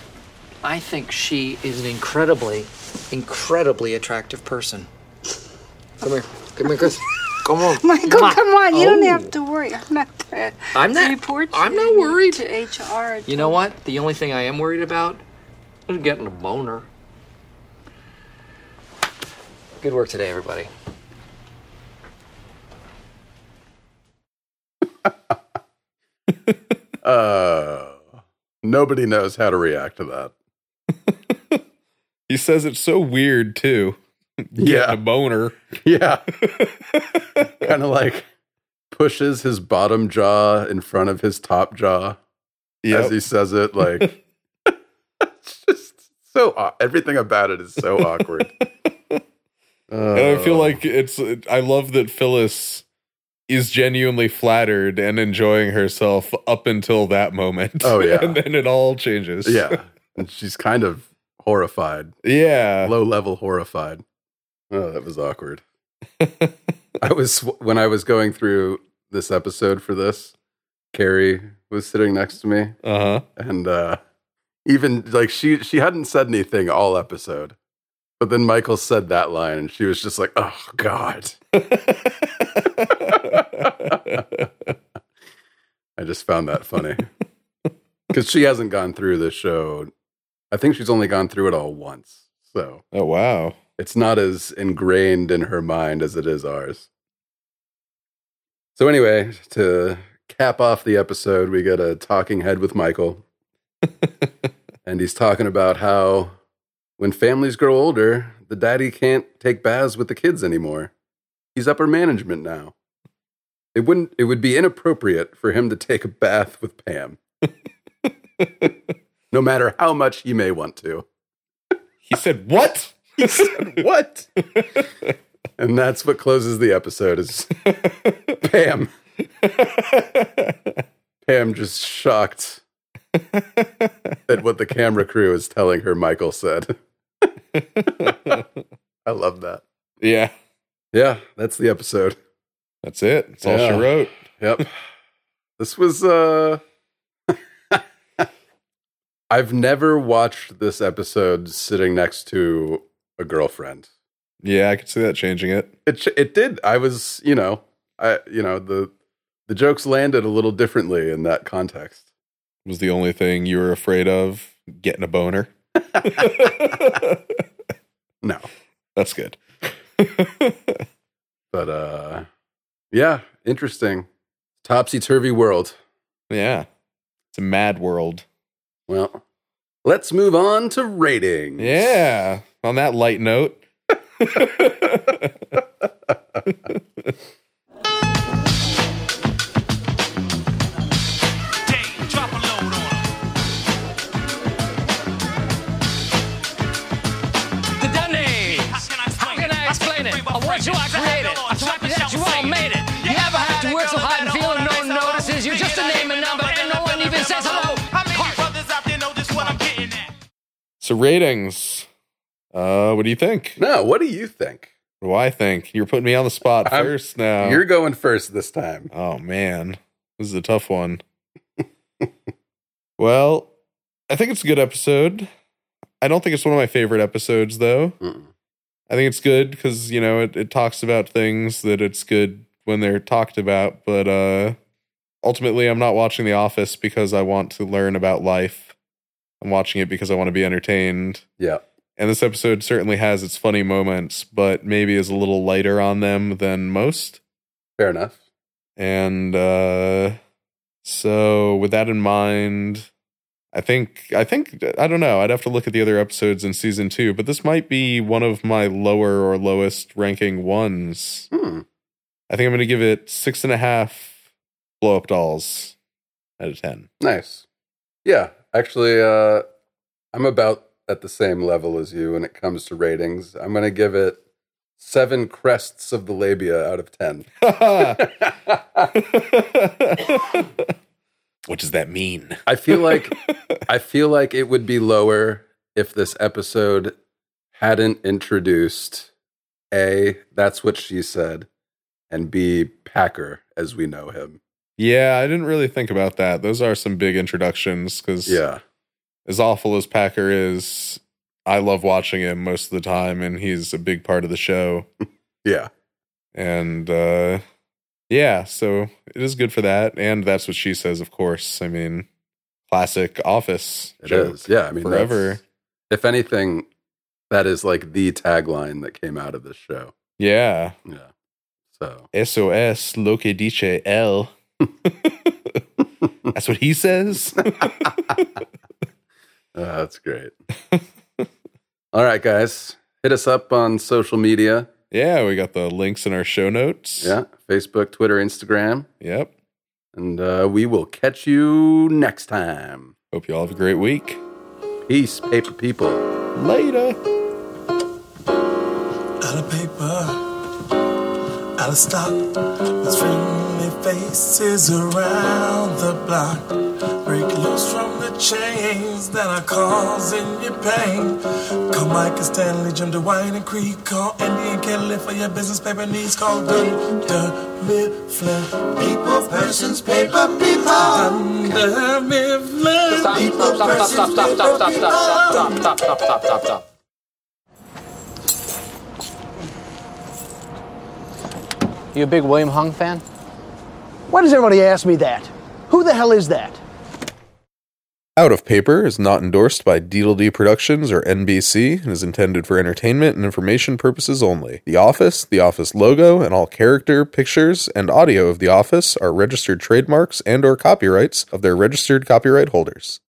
D: I think she is an incredibly, incredibly attractive person. Come here. Come here, Chris. Come on.
J: Michael,
D: Come on.
J: come on. You don't
D: Oh.
J: have to worry. I'm not going
D: I'm
J: to
D: not-
J: report
D: I'm
J: you
D: not worried.
J: to HR.
D: You know what? The only thing I am worried about is getting a boner. Good work today, everybody.
C: uh, nobody knows how to react to that.
B: He says it's so weird too.
C: Yeah.
B: a boner.
C: Yeah, kind of like pushes his bottom jaw in front of his top jaw as
B: Yep.
C: he says it. Like, it's just so aw- everything about it is so awkward.
B: And I feel
C: Uh,
B: like it's. I love that Phyllis is genuinely flattered and enjoying herself up until that moment.
C: Oh, yeah.
B: and then it all changes.
C: Yeah. And she's kind of horrified,
B: yeah.
C: low level horrified. Oh, that was awkward. I was, when I was going through this episode for this, Carrie was sitting next to me.
B: Uh huh.
C: And uh, even like she, she hadn't said anything all episode. But then Michael said that line and she was just like, oh, God. I just found that funny. Because she hasn't gone through the show. I think she's only gone through it all once. So
B: oh wow.
C: it's not as ingrained in her mind as it is ours. So, anyway, to cap off the episode, we get a talking head with Michael. and he's talking about how when families grow older, the daddy can't take baths with the kids anymore. He's upper management now. It wouldn't it would be inappropriate for him to take a bath with Pam. no matter how much he may want to.
B: He said what?
C: He said, "What?" And that's what closes the episode is Pam. Pam just shocked at what the camera crew is telling her Michael said. I love that.
B: Yeah,
C: Yeah, that's the episode.
B: that's it. That's all
C: Yeah.
B: she wrote.
C: Yep. this was uh I've never watched this episode sitting next to a girlfriend.
B: Yeah, I could see that changing it.
C: It ch- it did. I was, you know, I you know, the the jokes landed a little differently in that context.
B: Was the only thing you were afraid of getting a boner.
C: No.
B: That's good.
C: But uh yeah, interesting. Topsy-turvy world.
B: yeah, it's a mad world.
C: Well, let's move on to ratings.
B: Yeah. On that light note.
D: The Dundies. How can I explain it? I want you, I create it. I'm happy that you all made it. You never have to work so hard and feel no one notices. You're just a name and number, and no one even says hello.
B: So ratings. Uh, what do you think?
C: No, what do you think?
B: What do I think? You're putting me on the spot
C: I'm-
B: first now.
C: You're going first this time.
B: oh man, this is a tough one. well, I think it's a good episode. I don't think it's one of my favorite episodes though.
C: Mm-mm.
B: I think it's good because you know it, it talks about things that it's good when they're talked about, but uh ultimately I'm not watching The Office because I want to learn about life. I'm watching it because I want to be entertained.
C: Yeah.
B: And this episode certainly has its funny moments, but maybe is a little lighter on them than most.
C: Fair enough.
B: And uh so with that in mind, I think I think I don't know, I'd have to look at the other episodes in season 2, but this might be one of my lower or lowest ranking ones.
C: Hmm.
B: I think I'm gonna give it six and a half blow up dolls out of ten.
C: Nice. Yeah. Actually, uh, I'm about at the same level as you when it comes to ratings. I'm going to give it seven crests of the labia out of 10.
B: what does that mean?
C: I feel like I feel like it would be lower if this episode hadn't introduced A, that's what she said, and B, Packer as we know him.
B: Yeah, I didn't really think about that. Those are some big introductions because
C: Yeah.
B: as awful as Packer is, I love watching him most of the time, and he's a big part of the show.
C: Yeah.
B: And uh, yeah, so it is good for that. And that's what she says, of course. I mean, classic Office
C: It is.
B: joke
C: Yeah. I mean, that's-
B: forever.
C: if anything, that is like the tagline that came out of this show.
B: Yeah,
C: Yeah. So
B: SOS lo que dice él. that's what he says.
C: uh, that's great. All right, guys, hit us up on social media.
B: yeah, we got the links in our show notes.
C: Yeah, Facebook, Twitter, Instagram,
B: Yep.
C: and uh, we will catch you next time.
B: Hope you all have a great week.
C: Peace, paper people.
B: Later.
A: Out of paper, out of stock. There's friendly faces around the block. Break loose from the chains that are causing you pain. Call Mike and Stanley, Jim Dwight and Creek. Call Andy and Kelly for your business paper needs. Call Dunder Mifflin. People, persons, paper, people. Dunder Mifflin.
D: Stop, stop, stop, stop, stop, stop, stop, stop, stop, stop, stop, stop, stop.
G: You a big William Hung fan?
F: Why does everybody ask me that? Who the hell is that?
B: Out of Paper is not endorsed by DeedleD Productions or NBC and is intended for entertainment and information purposes only. The Office, The Office logo, and all character, pictures, and audio of The Office are registered trademarks and or copyrights of their registered copyright holders.